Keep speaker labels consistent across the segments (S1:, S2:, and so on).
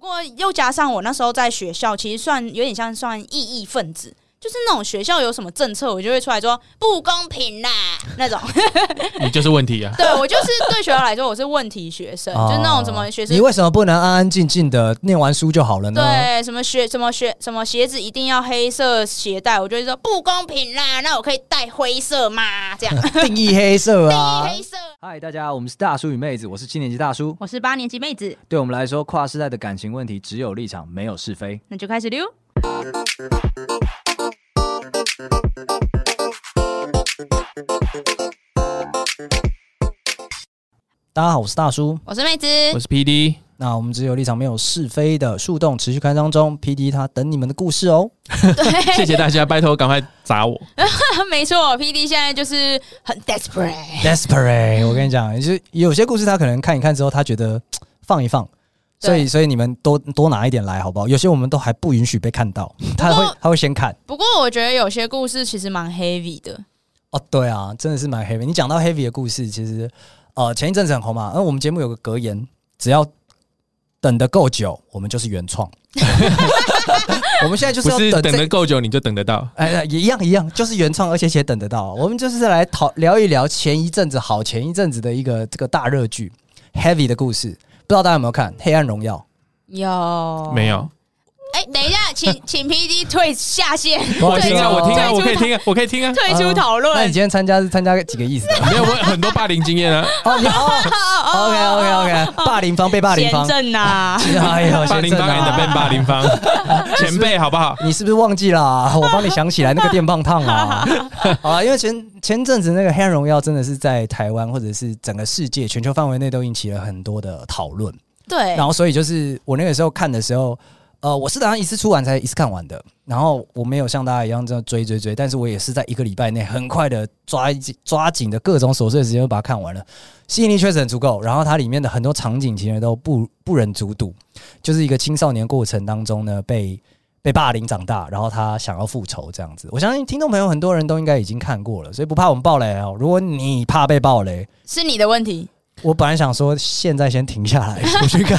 S1: 过又加上我那时候在学校，其实算有点像算异议分子，就是那种学校有什么政策，我就会出来说不公平啦那 种。
S2: 你就是问 题啊！
S1: 对我就是对学校来说，我是问题学生，
S3: 哦
S1: 就是那种什么学生
S3: 你为什么不能安安静静的念完书就好了呢？
S1: 对，什么鞋什么鞋什么鞋子一定要黑色鞋带，我就会说不公平啦。那我可以带灰色吗？ 这样
S3: 定义黑色 啊！
S1: 黑色。
S4: 嗨，大家，我们是大叔与妹子，我是七年级大叔。
S1: 我是八年级妹子，
S4: 对我们来说，跨世代的感情问题只有立场，没有是非。
S1: 那就开始溜。
S3: 大家好，我是大叔。
S1: 我是妹子，
S2: 我是 P D，
S3: 那我们只有立场没有是非的树洞持续开张中，P D 他等你们的故 事哦。
S2: 谢谢大家，拜托赶快砸我！
S1: 没错，P D 现在就是很 desperate，
S3: Desperate，我跟你讲，就是有些故事他可能看一看之后，他觉得嘖放一放。
S1: 对
S3: 所以，所以你们多多拿一点来，好不好？有些我们都还不允许被看到，他会他会先看。
S1: 不过我觉得有些故事其实蛮 heavy 的，
S3: 哦，对啊，真的是蛮 heavy。你讲到 heavy 的故事，其实呃前一阵子很红嘛，因、为我们节目有个格言，只要等得够久，我们就是原 创。 我们现在就是
S2: 不
S3: 要
S2: 是
S3: 等这
S2: 等得够久你就等得到，
S3: 哎，也一样一样，就是原创，而且且等得到。我们就是来讨聊一聊前一阵子好，前一阵子的一个这个大热剧《Heavy》的故事，不知道大家有没有看《黑暗荣耀
S1: 有
S2: 没？有？
S1: 哎、等一下，请 请 P D 退下线，
S3: 不好
S2: 我
S3: 意思
S2: 听啊，
S3: 哦
S2: 我听啊，
S1: 退出
S2: 我可以听啊，我可以听啊，》？
S1: 退出讨论、
S3: 那你今天参加是参加几个意思的？
S2: 没有，我有很多霸凌经验啊，
S3: 哦，你哦
S1: 哦啊
S3: ，OK OK OK，霸凌方被霸凌方
S1: 贤，正 呐、
S3: 哎呦，
S2: 霸凌
S3: 先
S2: 方
S3: 正
S2: 也得
S3: 啊
S2: 被霸凌 方，前辈好不好？
S3: 你是不是忘记啦、 我帮你想起来那个电棒烫啊。 好啦，因为前前阵子那个《黑暗荣耀》真的是在台湾或者是整个世界全球范围内都引起了很多的讨论，
S1: 对
S3: 然后所以就是我那个时候看的时候。呃，我是打算一次出完才一次看完的，然后我没有像大家一样这样追追追，但是我也是在一个礼拜内很快的抓一抓紧的各种琐碎的时间就把它看完了，吸引力确实很足够。然后它里面的很多场景其实都不不忍卒睹，就是一个青少年过程当中呢被被霸凌长大，然后他想要复仇这样子。我相信听众朋友很多人都应该已经看过了，所以不怕我们爆雷哦。如果你怕被爆雷，
S1: 是你的问题。
S3: 我本来想说现在先停下来， 我去看，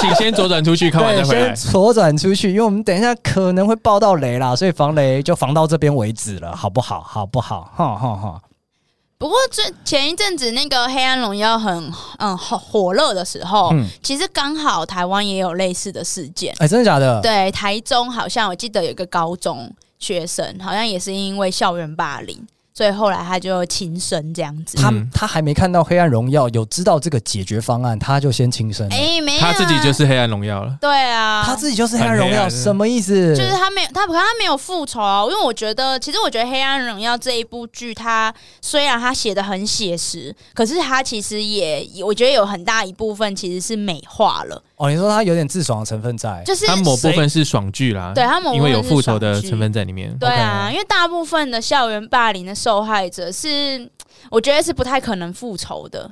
S2: 请先左转出去，看完再
S3: 对，
S2: 回来
S3: 先。左转出去，因为我们等一下可能会爆到雷啦，所以防雷就防到这边为止了，好不好？好不好？哈哈哈。
S1: 不过最前一阵子那个《黑暗荣耀很》嗯火火热的时候，
S3: 嗯
S1: 其实刚好台湾也有类似的事件。
S3: 哎、真的假的？
S1: 对，台中好像我记得有一个高中学生，好像也是因为校园霸凌，所以后来他就轻生这样子。
S3: 他
S2: 嗯
S3: 他还没看到《黑暗荣耀》，有知道这个解决方案，他就先轻生了。
S1: 哎、没有啊、
S2: 他自己就是黑暗荣耀了，
S1: 对啊，
S3: 他自己就是《黑暗荣
S2: 很黑
S3: 耀
S2: 暗》，啊
S3: 什么意思？
S1: 就是他没有，他可他没有复仇啊、因为我觉得，其实我觉得《黑暗荣耀》这一部剧，它虽然它写的很写实，可是它其实也，我觉得有很大一部分其实是美化了，
S3: 哦，你说他有点自爽的成分在，
S1: 就是
S2: 他某部分是爽剧啦，
S1: 对他某部分
S2: 因为有复仇
S1: 是
S2: 的
S1: 爽剧
S2: 成分在里面。
S1: 对啊
S3: OK
S1: 因为大部分的校园霸凌的受害者是，我觉得是不太可能复仇的。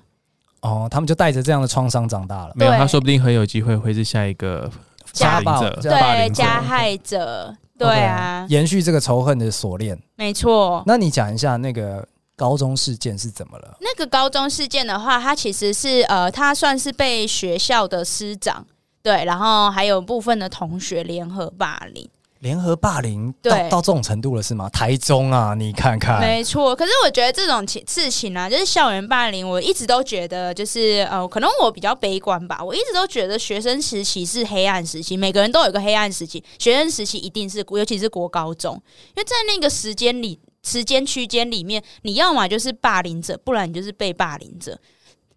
S3: 哦，他们就带着这样的创伤长大了。
S2: 没有，
S1: 对
S2: 他说不定很有机会会是下一个
S1: 家
S2: 霸
S3: 暴
S2: 凌者，
S3: 对
S2: 霸凌
S1: 对，
S2: 者
S1: 加害者，对啊
S3: OK，延哦续这个仇恨的锁链。
S1: 没错。
S3: 那你讲一下那个高中事件是怎么了？
S1: 那个高中事件的话，它其实是呃，它算是被学校的师长对，然后还有部分的同学联合霸凌。
S3: 联合霸凌
S1: 对
S3: 到到这种程度了是吗？台中啊，你看看，
S1: 没错，可是我觉得这种情事情啊，就是校园霸凌，我一直都觉得就是呃，可能我比较悲观吧，我一直都觉得学生时期是黑暗时期，每个人都有一个黑暗时期，学生时期一定是，尤其是国高中，因为在那个时间里。时间区间里面，你要么就是霸凌者，不然你就是被霸凌者。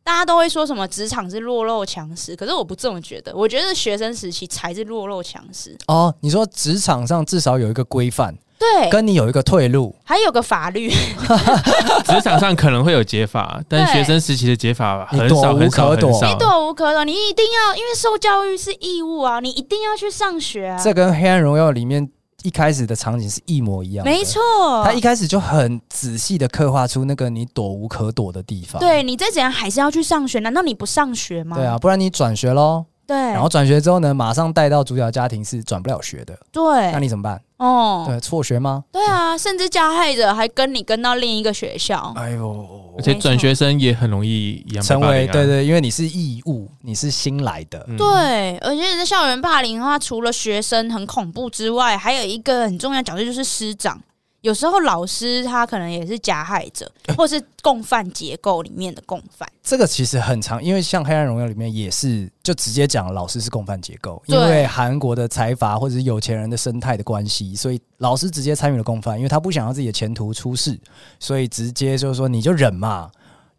S1: 大家都会说什么职场是弱肉强食，可是我不这么觉得。我觉得学生时期才是弱肉强食。
S3: 哦，你说职场上至少有一个规范，
S1: 对，
S3: 跟你有一个退路，
S1: 还有个法律，
S2: 职场上可能会有解法，但
S1: 对
S2: 学生时期的解法
S3: 你
S2: 很
S3: 躲
S2: 少
S3: 无
S2: 很少
S3: 可
S2: 很
S3: 躲
S2: 少
S1: 你。躲无可躲，你一定要，因为受教育是义务啊，你一定要去上学啊。
S3: 这跟《黑暗荣耀》里面一开始的场景是一模一样的。
S1: 没错，
S3: 他一开始就很仔细的刻画出那个你躲无可躲的地方。
S1: 对你再怎样还是要去上学，难道你不上学吗？
S3: 对啊，，不然你转学喽。
S1: 对，
S3: 然后转学之后呢，马上带到主角家庭是转不了学的，那
S1: 对，
S3: 你怎么办？
S1: 哦，
S3: 对，辍学吗？
S1: 对啊，甚至加害者还跟你跟到另一个学校，
S3: 哎呦，
S2: 而且
S1: 没错
S2: 转学生也很容易一样被
S3: 成
S2: 霸
S3: 为
S2: 凌啊
S3: 对对，因为你是义务，你是新来的，
S2: 嗯
S1: 对，而且在校园霸凌的话，除了学生很恐怖之外，还有一个很重要的角色就是师长。有时候老师他可能也是加害 者，或是共犯结构里面的共犯。
S3: 这个其实很长，因为像《黑暗荣耀》里面也是就直接讲老师是共犯结构，因
S1: 对
S3: 为韩国的财阀或者是有钱人的生态的关系，所以老师直接参与了共犯，因为他不想要自己的前途出事，所以直接就是说你就忍嘛，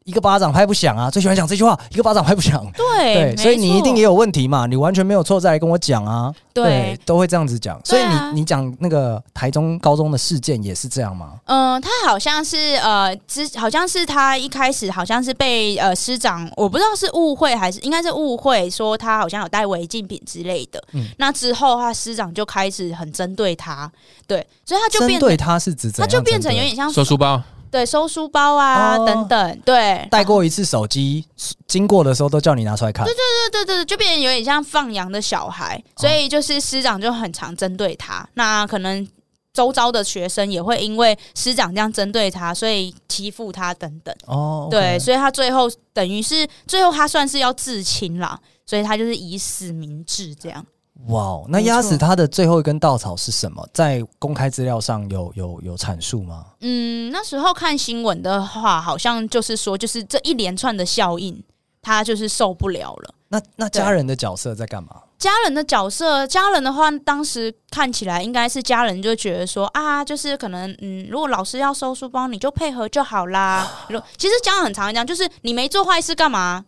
S3: 一个巴掌拍不响啊，最喜欢讲这句话，一个巴掌拍 不响。
S1: 对，
S3: 对，所以你一定也
S1: 有
S3: 有问题嘛，你完全没有错再来跟我讲啊，
S1: 对。
S3: 都会这样子讲，所以
S1: 对
S3: 你、
S1: 啊
S3: 你讲那个台中高中的事件也是这样吗？
S1: 嗯、他好像是呃，之好像是他一开始好像是被呃师长，我不知道是误会还是应该是误会，说他好像有带违禁品之类的。
S3: 嗯
S1: 那之后，他师长就开始很针对他，对，所以他就
S3: 针
S1: 变，
S3: 对他是指怎
S1: 他
S3: 样
S1: 就变
S3: 针
S1: 成有
S3: 对
S1: 点像
S2: 收书包，
S1: 对，收书包啊、
S3: 哦
S1: 等等，对，
S3: 带过一次手机，经过的时候都叫你拿出来看。
S1: 对对对对，就变得有点像放羊的小孩，
S2: 哦
S1: 所以就是师长就很常针对他，那可能。周遭的学生也会因为师长这样针对他，所以欺负他等等。
S3: 哦
S1: 对，
S3: ，OK
S1: 所以他最后等于是最后他算是要自清啦，所以他就是以死明志这样。
S3: 哇哦，那
S1: 没
S3: 压死
S1: 错
S3: 他的最后一根稻草是什么？在公开资料上有有有阐述吗？
S1: 嗯，那时候看新闻的话，好像就是说，就是这一连串的效应，他就是受不了了。
S3: 那那家人的角色在干嘛？
S1: 家人的角色，家人的话，当时看起来应该是家人就觉得说啊，就是可能嗯，如果老师要收书包，你就配合就好啦。 如其实家长很常讲，就是你没做坏事干嘛？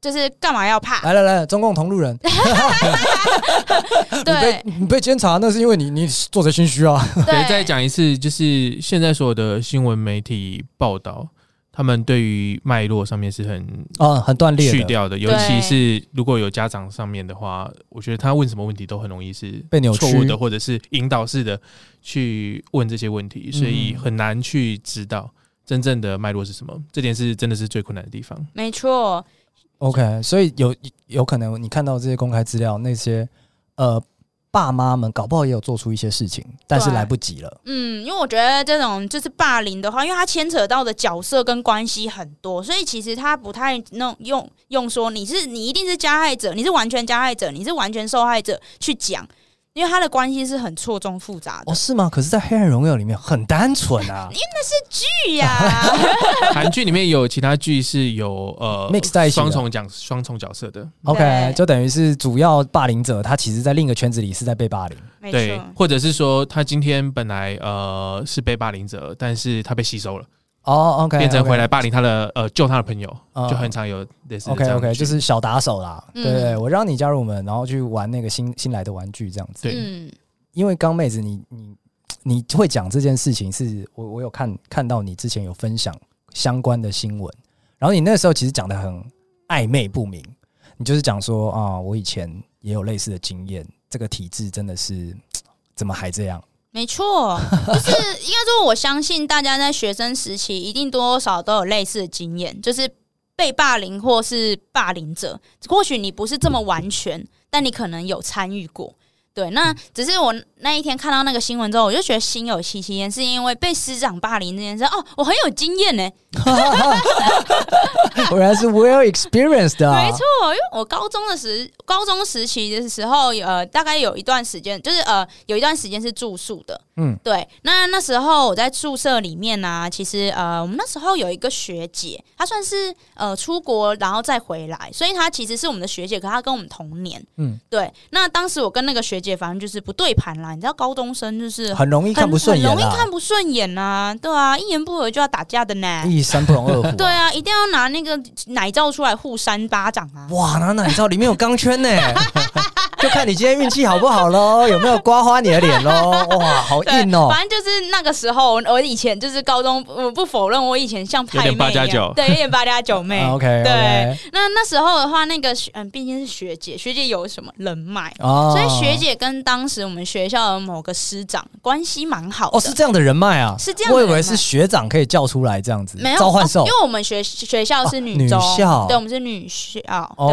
S1: 就是干嘛要怕？
S3: 来来来，中共同路人，你
S1: 对
S3: 被 你被监察，那是因为你你做贼心虚啊。
S2: 可以再
S1: 对，
S2: 讲一次，就是现在所有的新闻媒体报道，他们对于脉络上面是很
S3: 啊，很断裂
S2: 去
S3: 的，
S2: 掉的，尤其是如果有家长上面的话，我觉得他问什么问题都很容易是
S3: 被扭曲
S2: 错误的，或者是引导式的去问这些问题，
S3: 嗯
S2: 所以很难去知道真正的脉络是什么。这点是真的是最困难的地方。
S1: 没错，
S3: OK，所以有有可能你看到这些公开资料，那些呃爸妈们搞不好也有做出一些事情，但是
S1: 对
S3: 来不及了。
S1: 嗯，因为我觉得这种就是霸凌的话，因为它牵扯到的角色跟关系很多，所以其实它不太弄用用说你是你一定是加害者，你是完全加害者，你是完全受害者去讲，因为它的关系是很错综复杂的
S3: 哦，。是吗？可是，在《黑暗荣耀》里面很单纯啊
S1: 对呀，
S2: 韩剧里面有其他剧是有 呃
S3: Mix 在一起的
S2: 双重讲双重角色的，
S3: ，OK，
S1: 对
S3: 就等于是主要霸凌者，他其实在另一个圈子里是在被霸凌。
S1: 没
S2: 对
S1: 错，，
S2: 或者是说他今天本来呃是被霸凌者，但是他被吸收了，
S3: 哦，OK，
S2: 变成回来霸凌他的呃救他的朋友，
S3: 嗯
S2: 就很常有类似的这
S3: OK
S2: 样
S3: OK，
S2: 的
S3: 就
S2: 剧
S3: 是小打手啦，
S1: 嗯
S3: 对对，我让你加入我们，然后去玩那个新新来的玩具这样子。
S2: 对
S1: 嗯，
S3: 因为刚妹子你，你你会讲这件事情是，我我有看看到你之前有分享相关的新闻，然后你那时候其实讲的很暧昧不明，你就是讲说啊，我以前也有类似的经验，这个体制真的是怎么还这样？
S1: 没错，就是应该说，我相信大家在学生时期一定多多少少都有类似的经验， 就是被霸凌或是霸凌者。或许你不是这么完全，但你可能有参与过。对，那只是我那一天看到那个新闻之后，我就觉得心有戚戚焉，是因为被师长霸凌这件事，哦，我很有经验呢、
S3: 果然是 well experienced 啊，
S1: 没错，因为我高中的时高中时期的时候，呃，大概有一段时间，就是呃，有一段时间是住宿的。
S3: 嗯
S1: 嗯，对。那那时候我在宿舍里面呢、其实呃，我们那时候有一个学姐，她算是呃出国然后再回来，所以她其实是我们的学姐，可她跟我们同年。
S3: 嗯
S1: 嗯，对。那当时我跟那个学姐，反正就是不对盘啦。你知道高中生就是
S3: 很容易看不顺眼
S1: 很容易
S3: 啦
S1: 看，不顺眼啊，对啊，一言不合就要打架的呢。
S3: 一山不容二虎、
S1: 对。啊，一定要拿那个奶罩出来互扇巴掌啊！
S3: 哇，哪哪你知道里面有钢 圈呢？就看你今天运气好不好喽，有没有刮花你的脸喽？哇，好
S1: 对，
S3: 硬哦！
S1: 反正就是那个时候，我以前就是高中，我不否认我以前像
S2: 有
S1: 派
S2: 点
S1: 妹
S2: 八
S1: 一样，
S2: 加九
S1: 对，有点八加九 妹。
S3: o k
S1: 对，那那时候的话，那个学嗯，毕竟是学姐，学姐有什么人脉，
S3: 哦
S1: 所以学姐跟当时我们学校的某个师长关系蛮好的。
S3: 哦是这样的人脉啊，
S1: 是这样的
S3: 我以
S1: 人脉
S3: 为是学长可以叫出来这样子，
S1: 没有
S3: 召唤兽
S1: 哦因。为我们学学校是
S3: 哦女
S1: 中，
S3: 校哦
S1: 对，我们是女校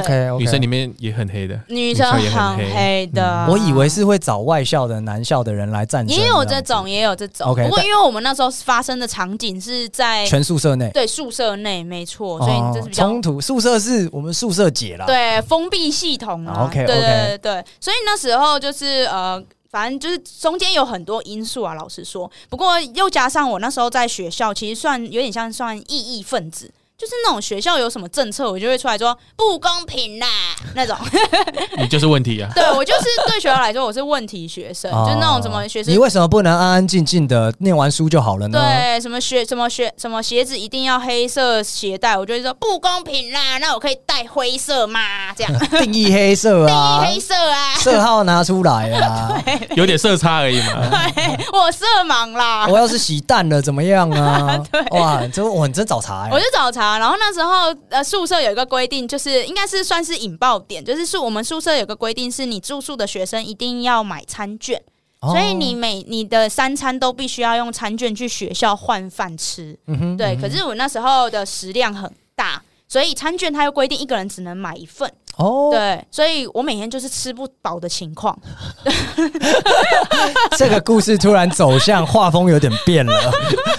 S1: 对
S3: OK，
S2: 女生里面也很黑的，
S1: 女
S2: 校
S1: 生
S2: 也很
S1: 很
S2: 黑
S1: OK 的。
S3: 嗯我以为是会找外校的男校的人来战争，
S1: 也有这种，也有这种。
S3: OK，
S1: 不过
S3: 但
S1: 因为我们那时候发生的场景是在
S3: 全宿舍内，
S1: 对宿舍内，没错，所以这是比较
S3: 哦冲突。宿舍是我们宿舍解啦，
S1: 对封闭系统啊。
S3: 啊，OK，
S1: 对对
S3: OK
S1: 对对，所以那时候就是呃。反正就是中间有很多因素啊，老实说。不过又加上我那时候在学校，其实算有点像算异议分子，就是那种学校有什么政策，我就会出来说不公平啦那种。
S2: 你就是问 题啊！
S1: 对我就是对学校来说，我是问题学生，
S3: 哦
S1: 就那种什么学生
S3: 你为什么不能安安静静的念完书就好了呢？
S1: 对，什么鞋什么鞋什么鞋子一定要黑色鞋带，我就会说不公平啦。那我可以带灰色吗？这样
S3: 定义黑色啊，
S1: 黑色啊，
S3: 色号拿出来啊！
S2: 有点色差而已
S3: 嗯
S2: 嘛。
S1: 我色盲啦。
S3: 我要是洗蛋了怎么样 啊？哇，这我很真找茬哎、
S1: 我就找茬，然后那时候呃宿舍有一个规定，就是应该是算是引爆点，就是是我们宿舍有个规定，是你住宿的学生一定要买餐券，
S3: 哦
S1: 所以你每你的三餐都必须要用餐券去学校换饭吃。
S3: 嗯哼
S1: 对，可是我那时候的食量很大，所以餐券它又规定一个人只能买一份。
S3: 哦，
S1: 对，所以我每天就是吃不饱的情况。
S3: 这个故事突然走向画风有点变 了，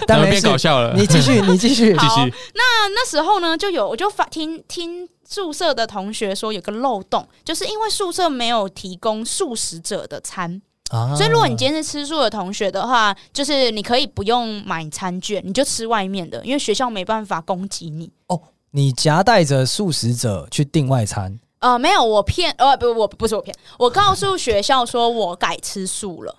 S3: 但
S2: 怎么
S3: 没
S2: 变
S3: 事
S2: 搞，笑了？
S3: 你继续，你继续。
S2: 继
S1: 好
S2: 续，
S1: 那那时候呢，就有我就发听听宿舍的同学说有个漏洞，就是因为宿舍没有提供素食者的餐，
S3: 啊
S1: 所以如果你今天是吃素的同学的话，就是你可以不用买餐券，你就吃外面的，因为学校没办法供给你。
S3: 哦你夹带着素食者去订外餐，
S1: 呃，没有，我骗，呃，不，我不是我骗， 我告诉学校说我改吃素了，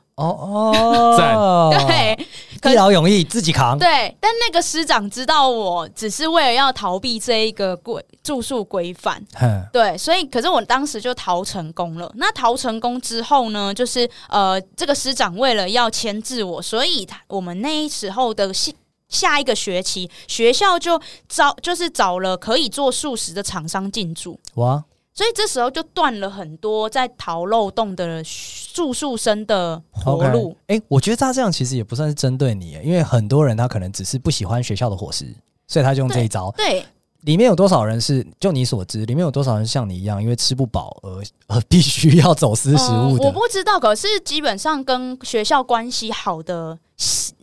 S2: 赞
S3: 哦哦，
S1: 对，可
S3: 一劳永逸，自己扛。
S1: 对，但那个师长知道我只是为了要逃避这一个规住宿规范，
S3: 哼
S1: 对，所以可是我当时就逃成功了。那逃成功之后呢，就是呃，这个师长为了要牵制我，所以他我们那时候的系。下一个学期，学校就招就是找了可以做素食的厂商进驻，
S3: 哇，
S1: 所以这时候就断了很多在逃漏洞的住宿生的活
S3: OK
S1: 路。
S3: 哎、我觉得他这样其实也不算是针对你耶，因为很多人他可能只是不喜欢学校的伙食，所以他就用这一招。
S1: 对，
S3: 里面有多少人是就你所知，里面有多少人像你一样，因为吃不饱而而必须要走私食
S1: 嗯。
S3: 物
S1: 我
S3: 的？
S1: 不知道，可是基本上跟学校关系好的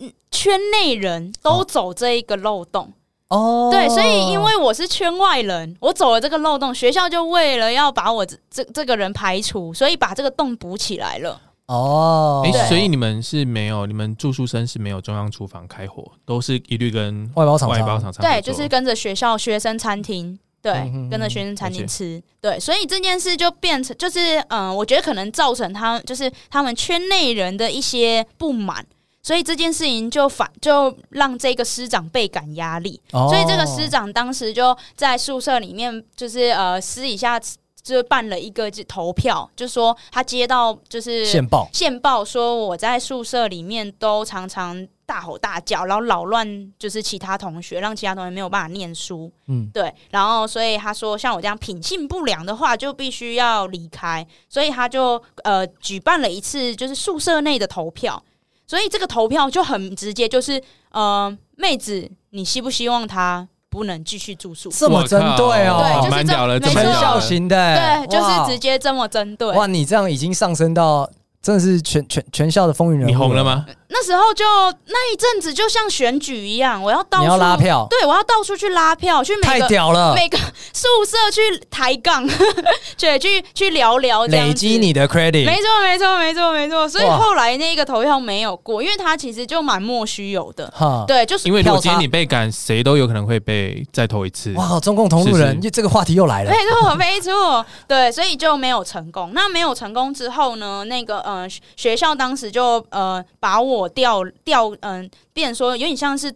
S1: 嗯圈内人都走这一个漏洞。
S3: 哦
S1: 对，所以因为我是圈外人，我走了这个漏洞，学校就为了要把我这这这个人排除，所以把这个洞补起来了。
S3: 哦，
S2: 哎、
S1: 对
S2: 所以你们是没有，你们住宿生是没有中央厨房开火，都是一律跟
S3: 外包厂
S2: 外
S3: 商
S2: 包厂商
S1: 对，
S2: 合作
S1: 就是跟着学校学生餐厅。对
S3: 嗯哼，
S1: 跟着学生餐
S2: 了
S1: 厅
S2: 解
S1: 吃，对，所以这件事就变成，就是嗯、呃我觉得可能造成他们就是他们圈内人的一些不满，所以这件事情就反就让这个师长倍感压力，
S3: 哦
S1: 所以这个师长当时就在宿舍里面，就是呃私底下就办了一个投票，就说他接到就是
S3: 线报
S1: 线报说我在宿舍里面都常常大吼大叫，然后扰乱就是其他同学，让其他同学没有办法念书。
S3: 嗯
S1: 嗯，对。然后所以他说，像我这样品性不良的话，就必须要离开。所以他就呃举办了一次就是宿舍内的投票。所以这个投票就很直接，就是呃，妹子，你希不希望他不能继续住宿？
S3: 这么针对
S2: 我靠
S1: 对
S3: 哦，
S1: 就是
S2: 蛮屌了，
S1: 这
S2: 这
S1: 没错
S2: 么屌
S3: 全
S2: 了
S3: 校型的
S1: 对
S3: 欸，，
S1: 就是
S3: 哇
S1: 直接这么针对。
S3: 哇，你这样已经上升到真的是全全全校的风云人物，
S2: 你红了？吗？
S1: 那时候就那一阵子，就像选举一样，我要到
S3: 你
S1: 处
S3: 要拉票
S1: 对我要到处去拉票，去每
S3: 太
S1: 个
S3: 屌了！
S1: 每个宿舍去抬杠， 对，去去聊聊，这样子
S3: 累积。你的 credit，
S1: 没错，没错，没错，没错。所以
S3: 哇
S1: 后来那个投票没有过，因为他其实就蛮莫须有的。
S3: 哈，
S1: 对，就是
S2: 因为如果
S3: 票差
S2: 今天你被赶，谁都有可能会被再投一次。
S3: 哇，中共同路人，
S2: 是是
S3: 这个话题又来了
S1: 没。错，没错，对，所以就没有成功。那没有成功之后呢，那个呃，学学校当时就呃把我调调，嗯、变成说有点像是。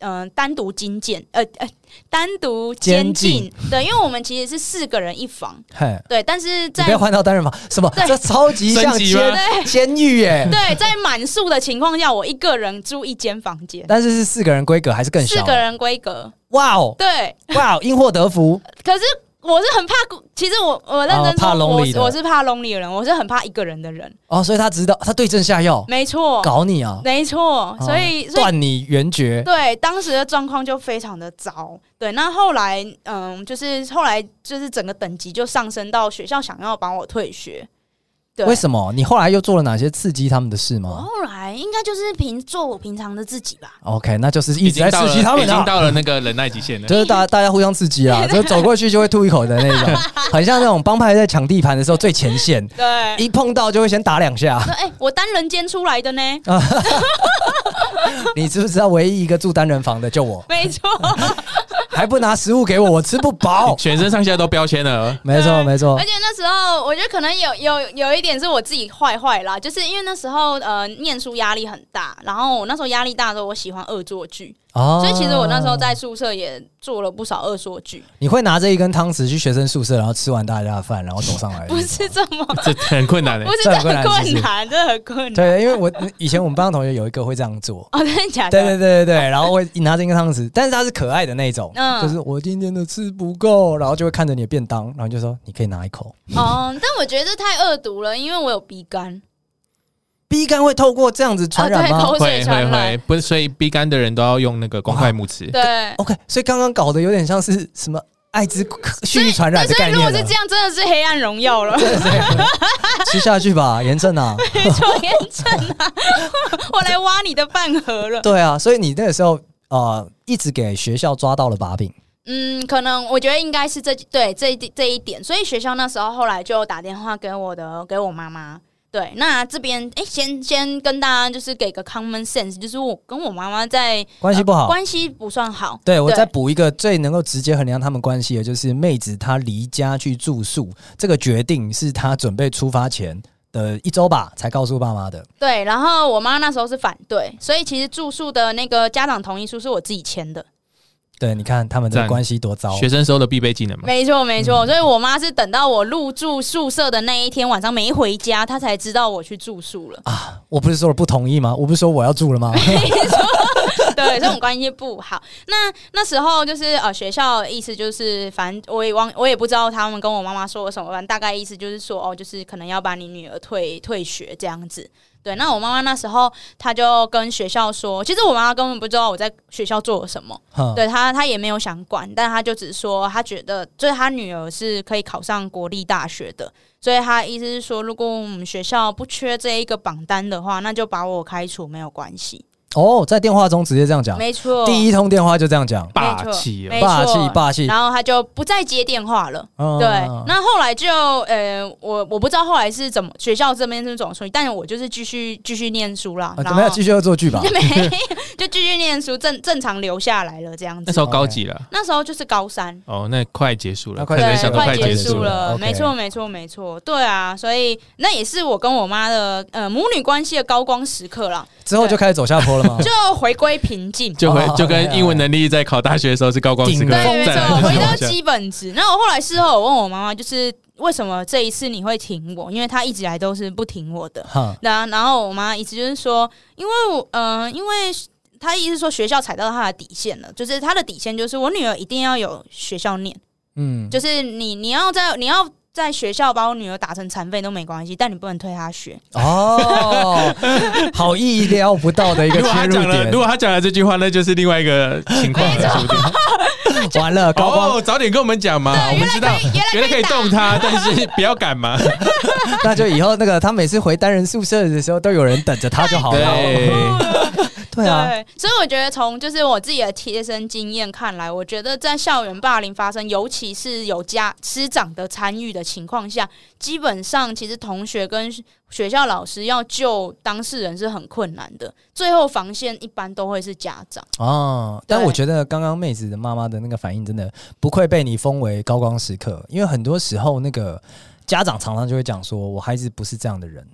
S1: 嗯、单独精简，呃呃，单独监
S3: 监
S1: 禁，对，因为我们其实是四个人一房，
S3: 嘿，
S1: 对，但是
S3: 你
S1: 在
S3: 不要换到单人房，什么？
S1: 对
S3: 这超级像
S2: 升级吗
S3: 监监狱耶！
S1: 对在满宿的情况下，我一个人住一间房间，
S3: 但是是四个人规格还是更
S1: 四
S3: 小？啊
S1: 个人规格，
S3: 哇哦
S1: 对，
S3: 哇哦，因祸 得福
S1: 可是我是很怕孤，其实我我认
S3: 哦
S1: 真说，
S3: 怕
S1: 我
S3: lonely
S1: 是
S3: 的
S1: 我是怕 lonely 的人，我是很怕一个人的人，
S3: 哦，所以他知道他对症下药，
S1: 没错，
S3: 搞你啊，
S1: 没错，
S3: 哦
S1: 所以、所以
S3: 断你缘绝。
S1: 对当时的状况就非常的糟。对，那后来嗯，就是后来就是整个等级就上升到学校想要把我退学。对哦
S3: 为什么？你后来又做了哪些刺激他们的事
S1: 我
S3: 吗
S1: 后来应该就是平做我平常的自己吧。
S3: ？OK，那就是一
S2: 已
S3: 直
S2: 经
S3: 在
S2: 到
S3: 刺
S2: 了，
S3: 激他
S2: 已
S3: 们
S2: 经
S3: 啊，
S2: 到了那个忍耐极限 了。。
S3: 就是大家大家互相刺激 啊啦，就走过去就会吐一口的那种，很像那种帮派在抢地盘的时候最 前线，
S1: 对，
S3: 一碰到就会先打 两下。
S1: 说哎、我单人间出来的呢，
S3: 啊你知不知道唯一一个住单人房的就我，
S1: 没错，
S3: 还不拿食物给我，我吃不饱
S2: 全身上下都标签了，
S3: 没错，没错
S1: 而，且那时候我觉得可能有有有一点是我自己坏坏啦，就是因为那时候呃念书压力很大，然后我那时候压力大的时候，我喜欢恶作剧，
S3: 哦
S1: 所以其实我那时候在宿舍也做了不少恶作剧，
S3: 你会拿着一根汤匙去学生宿舍，然后吃完大家的饭，然后走上来。
S1: 不是这么。
S2: 这很困难的欸
S1: 不。是
S3: 哎这
S1: 这
S3: 很
S1: 很
S3: 困难是不
S1: 困
S3: 是
S1: 难，这很困难。
S3: 对，因为我以前我们班上同学有一个会这样做。
S1: 哦，真的假的？
S3: 对对对对对，然后会拿着一根汤匙，但是他是可爱的那种，
S1: 嗯
S3: 就是我今天的吃不够，然后就会看着你的便当，然后就说你可以拿一口。
S1: 哦，但我觉得这太恶毒了，因为我有鼻干，
S3: B 肝会透过这样子 传染
S1: 啊对
S3: 吗、
S1: 口水
S2: 会会
S1: 传染
S2: 会，不是，所以逼干的人都要用那个公筷母匙。
S1: 对。
S3: o k 所以刚刚搞得有点像是什么艾滋蓄
S1: 对
S3: 意传染的
S1: 所
S3: 概
S1: 以如果
S3: 念
S1: 是
S3: 啊了
S1: 这。样，真的是黑暗荣耀 了，
S3: 吃下去吧，炎症啊。
S1: 抽烟症啊！ 我来挖你的饭盒了。
S3: 对啊，所以你那个时候呃，一直给学校抓到了把柄。
S1: 嗯，可能我觉得应该是这对这一这一点，所以学校那时候后来就打电话给我的给我妈妈。对，那这边哎、诶先先跟大家就是给个 common sense，就是我跟我妈妈在
S3: 关系不好
S1: 哦关系不算好。
S3: 对，我再补一个最能够直接衡量他们关系的，就是妹子她离家去住宿这个决定是她准备出发前的一周吧才告诉爸妈的。
S1: 对，然后我妈那时候是反对，所以其实住宿的那个家长同意书是我自己签的。
S3: 对，你看他们这个
S2: 赞
S3: 关系多糟。啊
S2: 学生时候的必备技能嘛，
S1: 没错，没错。所以我妈是等到我入住宿舍的那一天晚上没回家，她才知道我去住宿了。
S3: 我不是说了不同意吗？我不是说我要住 了吗？
S1: 对，这种关系不好。那那时候就是呃，学校的意思就是，反正我也忘，我也不知道他们跟我妈妈说了什么，反正大概意思就是说，哦，就是可能要把你女儿退退学这样子。对，那我妈妈那时候她就跟学校说，其实我妈妈根本不知道我在学校做了什么，
S3: 哼
S1: 对她她也没有想管，但她就只说她觉得，就是她女儿是可以考上国立大学的，所以她意思是说，如果我们学校不缺这一个榜单的话，那就把我开除没有关系。
S3: 哦，在电话中直接这样讲，
S1: 没错，
S3: 啊第一通电话就这样讲，
S2: 霸气哦
S1: 没错
S3: 霸气霸气。
S1: 然后他就不再接电话了。
S3: 嗯
S1: 对，那后来就呃，我我不知道后来是怎么学校这边是怎么处理，但是我就是继续继续念书啦，
S3: 啊
S1: 然
S3: 怎么
S1: 后。
S3: 样？继续恶作剧吧
S1: 没 就继续念书，正正常留下来了这样子
S2: 那时。候高几了？
S1: 那时候就是高三，
S2: 哦，那快结束了，
S3: 那快
S2: 看
S3: 结
S2: 着
S3: 束
S1: 对，
S2: 像都
S3: 了
S1: 快
S2: 快
S1: 结
S2: 结
S1: 束
S2: 束了。
S1: 了，
S3: OK
S1: 没错，没错，没错，对啊，所以那也是我跟我妈的呃母女关系的高光时刻 啦，
S3: 之后就开始走下坡了吗？
S1: 就回归平静。
S2: 就
S3: 哦
S2: 回就
S3: 哎呀
S2: 跟英文能力在考大学的时候是高光时刻，
S3: 顶
S2: 再
S1: 对，没
S2: 来
S1: 错，
S2: 就是
S1: 回到
S2: 往下
S1: 基本值。那我后来事后我问我妈妈，就是为什么这一次你会挺我？因为她一直以来都是不挺我的。
S3: 哈，
S1: 那然后我妈一直就是说，因为我，嗯，因为她意思是说学校踩到她的底线了，就是她的底线就是我女儿一定要有学校念，
S3: 嗯，
S1: 就是你你要在你要。在学校把我女儿打成残废都没关系，但你不能推她学。
S3: 哦，好意料不到的一个
S2: 如果
S3: 切
S2: 他
S3: 入
S2: 讲了，
S3: 点
S2: 如。果他讲了这句话，那就是另外一个情况了，说不定。
S3: 完了，高光，
S2: 哦，早点跟我们讲嘛，我们知道原来可以动 他，但是不要赶嘛。
S3: 那就以后那个他每次回单人宿舍的时候，都有人等着他就好了。
S2: 对，
S3: 对啊，
S1: 对，所以我觉得从就是我自己的贴身经验看来，我觉得在校园霸凌发生，尤其是有家师长的参与的情况下，基本上其实同学跟学校老师要救当事人是很困难的，最后防线一般都会是家长。
S3: 哦，但
S1: 对
S3: 我觉得刚刚妹子的妈妈的那个反应真的不愧被你封为高光时刻，因为很多时候那个家长常常就会讲说，我孩子不是这样的人，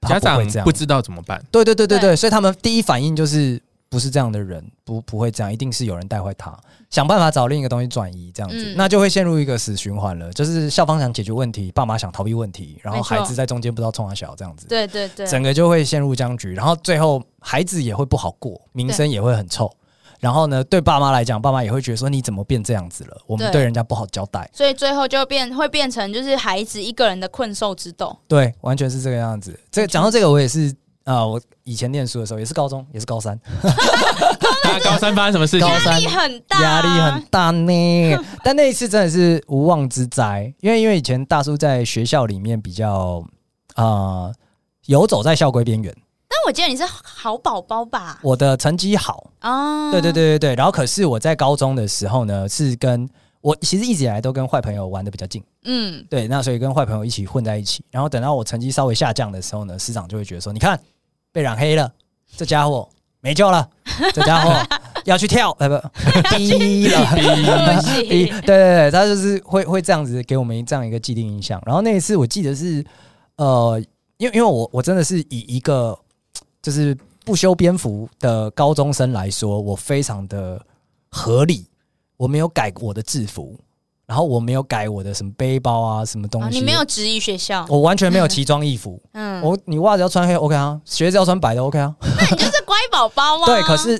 S3: 他
S2: 家
S3: 不会
S2: 长
S3: 这样
S2: 不，知道怎么办，
S3: 对对对对
S1: 对
S3: 对，所以他们第一反应就是不是这样的人，不不会这样，一定是有人带坏他，想办法找另一个东西转移，这样子，
S1: 嗯
S3: 那就会陷入一个死循环了，就是校方想解决问题，爸妈想逃避问题，然后
S1: 没错
S3: 孩子在中间不知道冲哪小这样子，
S1: 对对对，
S3: 整个就会陷入僵局，然后最后孩子也会不好过，名声也会很臭。然后呢，对爸妈来讲，爸妈也会觉得说你怎么变这样子了？我们
S1: 对
S3: 对人家不好交代。
S1: 所以最后就变会变成就是孩子一个人的困兽之斗。
S3: 对，完全是这个样子。这个讲到这个，我也是啊、呃我以前念书的时候也是高中，也是高三，
S2: 他高三发生什么事情
S3: 高？三
S1: 压力很大，
S3: 压力很大呢。 但那一次真的是无妄之灾，因为因为以前大叔在学校里面比较呃游走在校规边缘。
S1: 但我记得你是好宝宝吧？
S3: 我的成绩好，
S1: 啊，
S3: 对对，对对对。然后可是我在高中的时候呢，是跟我其实一直以来都跟坏朋友玩的比较近，
S1: 嗯，
S3: 对，那所以跟坏朋友一起混在一起。然后等到我成绩稍微下降的时候呢，师长就会觉得说：“你看被染黑了，这家伙没救了，这家伙要去跳，呃不，低了，
S1: 不
S3: 对
S1: 行
S3: 对对，他就是会会这样子给我们这样一个既定印象。然后那一次我记得是，呃，因为因为我我真的是以一个就是不修边幅的高中生来说，我非常的合理，我没有改我的制服，然后我没有改我的什么背包啊，什么东西，
S1: 啊你没有质疑学校，
S3: 我完全没有奇装异服。
S1: 嗯，
S3: 我你袜子要穿黑 OK 啊，鞋子要穿白的 OK 啊，
S1: 你就是乖宝宝啊。
S3: 对，可是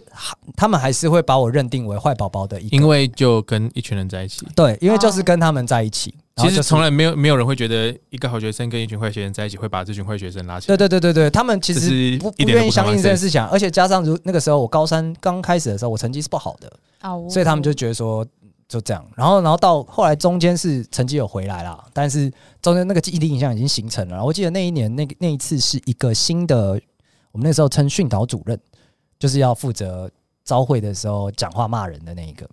S3: 他们还是会把我认定为坏宝宝的一个
S2: 因为就跟一群人在一起。
S3: 对，因为
S1: 哦
S3: 就是跟他们在一起，
S2: 其
S3: 然后就
S2: 实
S3: 是
S2: 从来没有没有人会觉得一个好学生跟一群坏学生在一起会把这群坏学生拉起
S3: 对
S2: 来。
S3: 对对对对，他们其
S2: 这是
S3: 实不不
S2: 一点都
S3: 愿意
S2: 不
S3: 相
S2: 同的
S3: 信这件
S2: sense
S3: 事情啊，而且加上如那个时候我高三刚开始的时候，我成绩是不好的，
S1: 哦
S3: 所以他们就觉得说就这样。然后然后到后来中间是成绩有回来啦，但是中间那个记忆印象已经形成了。然后我记得那一年那个那一次是一个新的，我们那时候称训导主任，就是要负责招会的时候讲话骂人的那一个。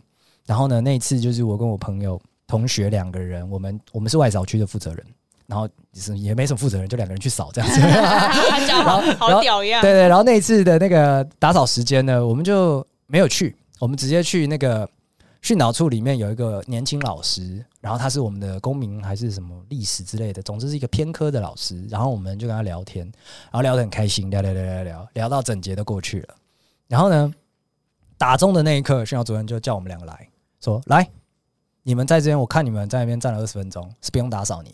S3: 然后呢，那一次就是我跟我朋友同学两个人，我们我们是外扫区的负责人。然后是也没什么负责人，就两个人去扫这样子。
S1: 讲好好屌样，
S3: 对对，然后那一次的那个打扫时间呢，我们就没有去，我们直接去那个训导处里面有一个年轻老师，然后他是我们的公民还是什么历史之类的，总之是一个偏科的老师。然后我们就跟他聊天，然后聊得很开心，聊聊聊聊聊，聊到整节都过去了。然后呢，打钟的那一刻，训导主任就叫我们两个来说：“来，你们在这边，我看你们在那边站了二十分钟，是不用打扫你。”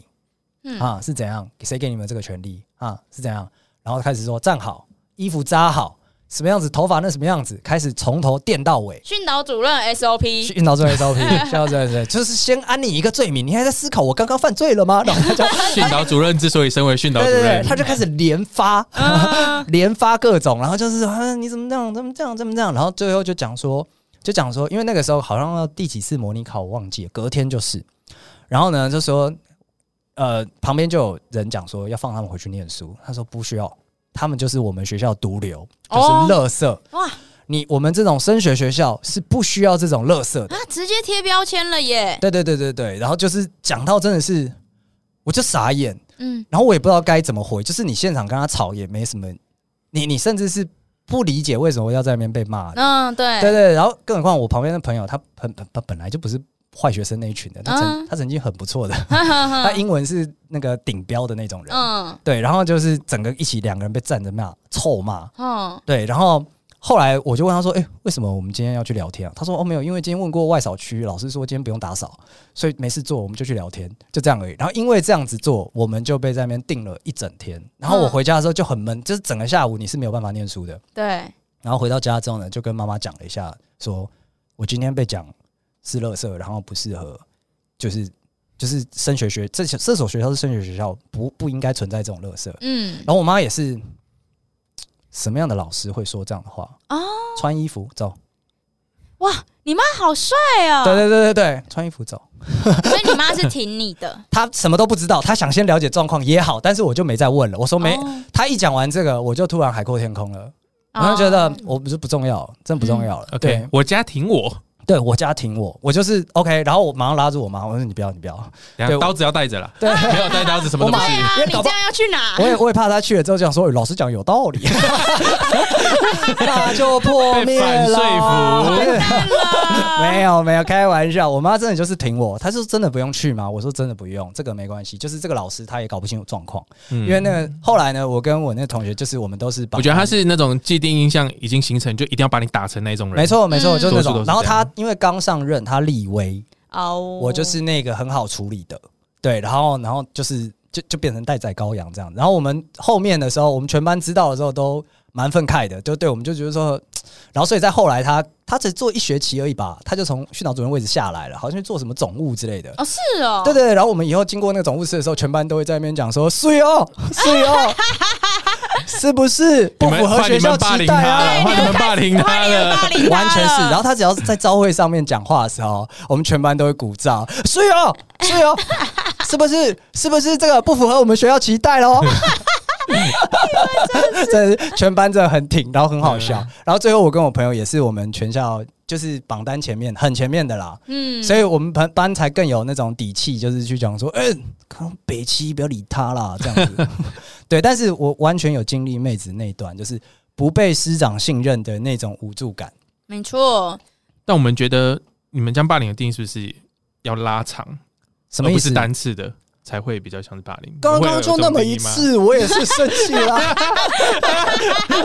S1: 嗯
S3: 啊，是怎样？谁给你们这个权利啊？是怎样？然后开始说站好，衣服扎好，什么样子，头发那什么样子，开始从头垫到尾。
S1: 训导主任 SOP，
S3: 训导主任 SOP，训导主任 SOP 就是先安你一个罪名，你还在思考我刚刚犯罪了吗？然后他就
S2: 训导主任之所以身为训导主
S3: 对对对，
S2: 任，
S3: 他就开始连发， 连发各种，然后就是啊，你怎么这样，怎么这样，怎么这样，然后最后就讲说，就讲说，因为那个时候好像要第几次模拟考，我忘记了，隔天就是，然后呢就说，呃，旁边就有人讲说要放他们回去念书，他说不需要，他们就是我们学校毒瘤，就是
S1: 哦
S3: 垃圾，
S1: 哇
S3: 你我们这种升学学校是不需要这种垃圾的。
S1: 啊，直接贴标签了耶，
S3: 对对对对对，然后就是讲到真的是，我就傻眼，
S1: 嗯，
S3: 然后我也不知道该怎么回，就是你现场跟他吵也没什么，你你甚至是不理解为什么要在那边被骂的，
S1: 嗯，
S3: 对
S1: 对，
S3: 对，然后更何况我旁边的朋友，他本本他本来就不是坏学生那一群的，他成、
S1: 嗯
S3: 他成绩很不错的，他
S1: 他
S3: 英文是那个顶标的那种人，
S1: 嗯
S3: 对，然后就是整个一起两个人被站着骂臭骂，
S1: 嗯，
S3: 对，然后后来我就问他说：“哎、为什么我们今天要去聊天、啊？”他说：“哦，没有，因为今天问过外扫区，老师说今天不用打扫，所以没事做，我们就去聊天，就这样而已。”然后因为这样子做，我们就被在那边定了一整天。然后我
S1: 嗯
S3: 回家的时候就很闷，就是整个下午你是没有办法念书的。
S1: 对，
S3: 然后回到家之后呢，就跟妈妈讲了一下，说我今天被讲是垃圾，然后不适合，就是就是升学学这这所学校是升学学校，不不应该存在这种垃圾。
S1: 嗯
S3: 然，后我妈也是，什么样的老师会说这样的话？
S1: 哦，
S3: 穿衣服走，
S1: 哇，你妈好帅哦，
S3: 对对对对对，穿衣服走。
S1: 所以你妈是挺你的，
S3: 她什么都不知道，她想先了解状况也好，但是我就没再问 了。我说没，
S1: 哦
S3: 她一讲完这个，我就突然海阔天空了。我就觉
S1: 哦
S3: 得我不是不重要，真不重要了。
S2: 嗯 OK，
S3: 对，
S2: 我家挺我，
S3: 对我家挺我，我就是 OK。然后我马上拉住我妈，我说你不要，你不
S1: 啊
S2: 等
S3: 要。对
S2: 下
S3: 我
S2: 刀子要带着啦，
S3: 对，
S2: 没有带刀子什么
S3: 我
S2: 东
S3: 妈
S2: 西
S1: 对。啊，
S3: 因为
S1: 你
S3: 搞不
S1: 这样要去哪
S3: 我？也我也怕她去了之后讲说，哎老师讲有道 理， 那就破
S2: 被
S3: 灭
S2: 反说
S3: 了。
S2: 服
S3: 对
S1: 了
S3: 没有没有，开玩笑。我妈真的就是挺我，她说真的不用去吗？我说真的不用，这个没关系。就是这个老师他也搞不清楚状况，
S2: 嗯
S3: 因为那个后来呢，我跟我那个同学就是我们都是把，
S2: 我觉得他是那种既定印象已经形成，就一定要把你打成那种人。
S3: 没，错没错，
S1: 嗯
S3: 我就是那
S2: 多数都
S3: 种。
S2: 是
S3: 然后
S2: 这样
S3: 他因为刚上任，他立威，
S1: 哦，
S3: 我就是那个很好处理的，对。然后然后就是就就变成待宰羔羊这样。然后我们后面的时候，我们全班知道的时候都蛮愤慨的，就对我们就觉得说，然后所以在后来他他只做一学期而已吧，他就从训导主任位置下来了，好像去做什么总务之类的。
S1: 哦，是哦，
S3: 对对，对，然后我们以后经过那个总务室的时候，全班都会在那边讲说：“睡哦，睡哦，是不是不
S2: 你
S3: 符
S2: 们
S3: 合
S2: 换
S3: 学
S2: 你
S3: 校
S2: 们霸
S3: 期
S2: 凌
S3: 待
S2: 他了，
S3: 啊
S2: 换你们霸凌他了。
S1: 霸凌？”他
S3: 完全是，
S1: 了
S3: 然后他只要是在招会上面讲话的时候，我们全班都会鼓噪：“睡哦，睡哦。”是不是？是不是这个不符合我们学校期待喽？ 真的是全班真的很挺，然后很好
S1: 啊
S3: 笑。然后最后我跟我朋友也是我们全校就是榜单前面很前面的啦，
S1: 嗯，
S3: 所以我们班班才更有那种底气，就是去讲说，嗯、看到北七不要理他啦，这样子。对，但是我完全有经历妹子那一段，就是不被师长信任的那种无助感。
S1: 没错，
S2: 但我们觉得你们将霸凌的定义是不是要拉长，
S3: 什么
S2: 而
S3: 意
S2: 哦不是
S3: 思？
S2: 单次的才会比较像是霸凌？
S3: 刚
S2: 你们
S3: 刚
S2: 会有
S3: 就
S2: 这
S3: 那
S2: 种
S3: 么
S2: 定义
S3: 一
S2: 吗
S3: 次，我也是生气啦。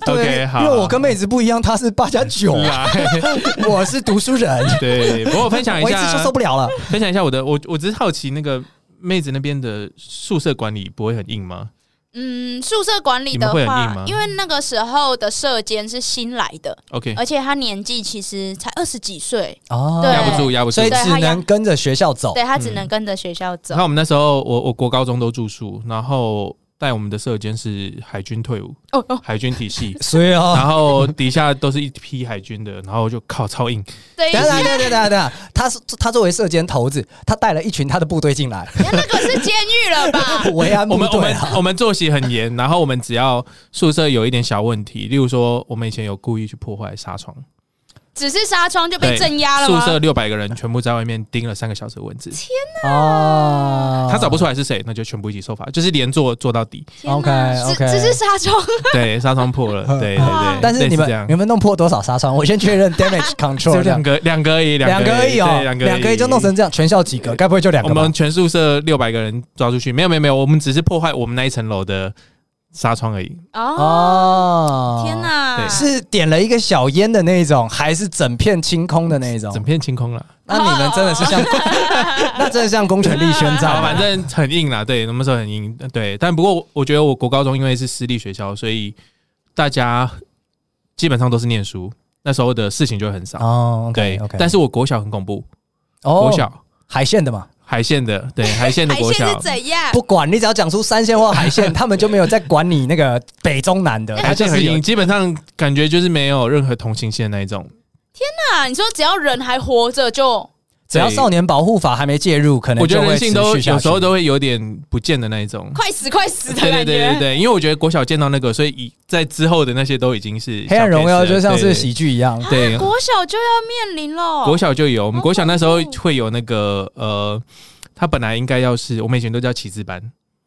S2: OK，好，
S3: 因为我跟妹子不一样，她是八加九，啊
S2: 来，
S3: 我是读书人，
S2: 对，不过我分享一
S3: 我一次就
S2: 下
S3: 受，不了了。
S2: 分享一下我的，我我只是好奇那个妹子那边的宿舍管理不会很硬吗？
S1: 嗯，宿舍管理
S2: 你
S1: 的
S2: 们会很硬
S1: 话
S2: 吗，
S1: 因为那个时候的舍监是新来的，
S2: OK，
S1: 而且他年纪其实才二十几岁，
S3: 哦
S1: 对
S2: 压不住，压不住
S3: 所以。
S1: 对
S3: 只能跟着学校
S2: 哦
S3: 走。，
S1: 对他只能跟着学校走
S2: 然后。我们那时候，我我国高中都住宿，然后带我们的舍监是海军退伍，
S1: 哦哦，
S2: 海军体系
S3: 所以哦，
S2: 然后底下都是一批海军的，然后就靠超硬，
S1: 对，
S3: 等一下等一下等一下等一下，他是他作为射箭头子，他带了一群他的部队进来，
S1: 那个是监狱了吧？
S3: 维安
S2: 我
S3: 部
S2: 们我
S3: 队
S2: 们
S3: 啊。
S2: 我们作息很严，然后我们只要宿舍有一点小问题，例如说我们以前有故意去破坏纱窗，
S1: 只是纱窗就被
S2: 对
S1: 镇压了
S2: 宿
S1: 吗？
S2: 舍六百个人全部在外面盯了三个小时的蚊子，
S3: 哦
S2: 他找不出来是谁，那就全部一起受罚，就是连坐坐到 底。
S1: 天哪
S3: OK，OK
S1: 只只是纱窗，
S2: 对，纱窗破了，对对对，
S3: 但是你
S2: 类似这
S3: 们
S2: 样
S3: 你们弄破多少纱窗？我先确 认 damage
S2: 只
S3: control
S2: 有两个两个而已，
S3: 这样两
S2: 个
S3: 个而已哦
S2: 对，两个
S3: 两个而已就弄成。这样，全校几个？该不会就两
S2: 我
S3: 个吧
S2: 们？全宿舍六百个人抓出去，没有没有没有，我们只是破坏我们那一层楼的纱窗而已。
S1: 哦，
S3: 哦
S1: 天！哪，
S2: 对
S3: 是点了一个小烟的那一种，还是整片清空的那一种？
S2: 整片哦清空了。
S3: 那你们真的是像， 那真的像公权力 宣战
S2: 好，
S3: 啊。
S2: 反正很硬啦，对，我们说很硬，对。但不过我我觉得我国高中因为是私立学校，所以大家基本上都是念书，那时候的事情就会很少。
S3: 哦
S2: 对
S3: ，OK OK。
S2: 但是我国小很恐怖，
S3: 国
S2: 国小
S3: 哦海线的嘛，
S2: 海线的，对海线的
S1: 海
S2: 国
S1: 鲜是
S2: 小，
S1: 怎样？
S3: 不管你只要讲出三线或海线，他们就没有在管你那个北中南的，
S2: 海线
S3: 就是
S2: 很
S3: 有
S2: 硬，基本上感觉就是没有任何同情心的那一 种。
S1: 那你说只要人还活着就
S3: 只要少年保护法还没介入，可能
S2: 我觉得
S3: 就会
S2: 人性都
S3: 持续下去
S2: 有时候都会有点不见的那一 种。
S1: 快死快死的
S2: 对对
S1: 感
S2: 对对
S1: 觉。
S2: 对，因为我觉得国小见到那个，所以以在之后的那些都已经是
S3: 黑暗荣
S2: 小
S3: 耀
S2: case 了
S3: 就像
S2: 对
S3: 是喜剧一样，
S2: 对对
S1: 国小就要面临了，
S2: 国小就有，我们
S1: 好
S2: 国小那时候
S1: 恐怖
S2: 会有那个呃，他本来应该要是我们以前都叫旗帜班，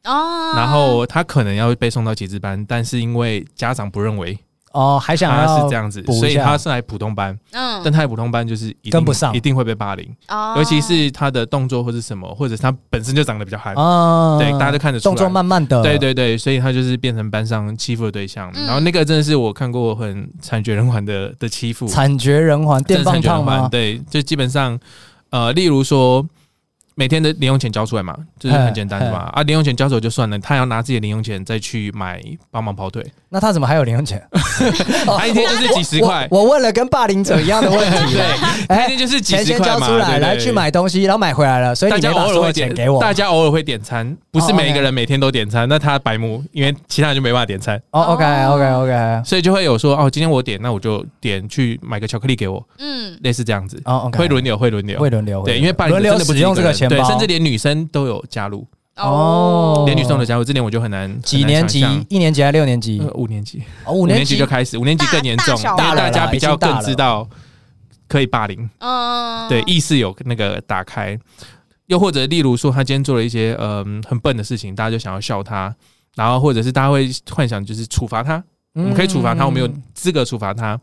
S1: 哦，
S2: 然后他可能要被送到旗帜班，但是因为家长不认为
S3: 哦，还想
S2: 他
S3: 要
S2: 是这样子，
S3: 补一下
S2: 所以他是来普通班，
S1: 嗯
S2: 但他来普通班就是一定
S3: 跟不上
S2: 一定会被霸凌，
S1: 哦
S2: 尤其是他的动作或是什么，或者是他本身就长得比较憨，
S3: 啊
S2: 对，大家都看得出
S3: 动
S2: 来，
S3: 作慢慢的，
S2: 对对对，所以他就是变成班上欺负的对象。
S1: 嗯
S2: 然后那个真的是我看过很惨绝人寰的的欺负，
S3: 惨绝人寰，
S2: 真
S3: 电
S2: 的惨
S3: 棒
S2: 绝人
S3: 烫吗
S2: 寰。？对，就基本上，呃，例如说每天的零用钱交出来嘛，就是很简单的嘛。啊，零用钱交走就算了，他还要拿自己的零用钱再去买帮忙跑腿，
S3: 那他怎么还有零用钱？哦
S2: 他一天就是几十块，
S3: 我我问了跟霸凌者一样的问题，
S2: 对，他一
S3: 哎
S2: 天，就是几
S3: 钱
S2: 十
S3: 先
S2: 块
S3: 交
S2: 嘛，
S3: 出
S2: 对
S3: 来，
S2: 不对
S3: 来去。买东西，然后买回来了，所以
S2: 大
S3: 你
S2: 家
S3: 没把
S2: 偶
S3: 所
S2: 尔
S3: 有
S2: 会
S3: 钱
S2: 点
S3: 给我。
S2: 大家偶尔会点餐，不是
S3: 哦
S2: 每一
S3: OK
S2: 个人每天都点餐。那他白目，因为其他人就没办法点餐。
S3: 哦，OK
S2: 啊
S3: OK OK，
S2: 所以就会有说哦，今天我点，那我就点去买个巧克力给我，
S1: 嗯
S2: 类似这样子，
S3: 哦 OK，
S2: 会轮流，会轮流，
S3: 会轮流，
S2: 对，因为霸凌
S3: 轮
S2: 者真
S3: 流
S2: 的不
S3: 使
S2: 是一
S3: 用这
S2: 个
S3: 个
S2: 人
S3: 钱
S2: 对，
S3: 包，
S2: 甚至连女生都有加入，
S3: 哦
S2: 连女生都有加入，这点我就很难
S3: 几年级
S2: 很难想象？
S3: 一年级还是六年级？
S2: 呃，五年级，
S3: 哦，五
S2: 五
S3: 年
S2: 年
S3: 级
S2: 级就开始，五年级更严重，
S1: 大
S2: 因
S1: 大小
S2: 为大家比较
S3: 大了啦
S2: 更知道可以霸凌，
S1: 嗯，
S2: 对，意识有那个打开，又或者例如说他今天做了一些嗯很笨的事情，大家就想要笑他。然后，或者是大家会幻想，就是处罚他，
S3: 嗯
S2: 我们可以处罚他，我们有资格处罚他。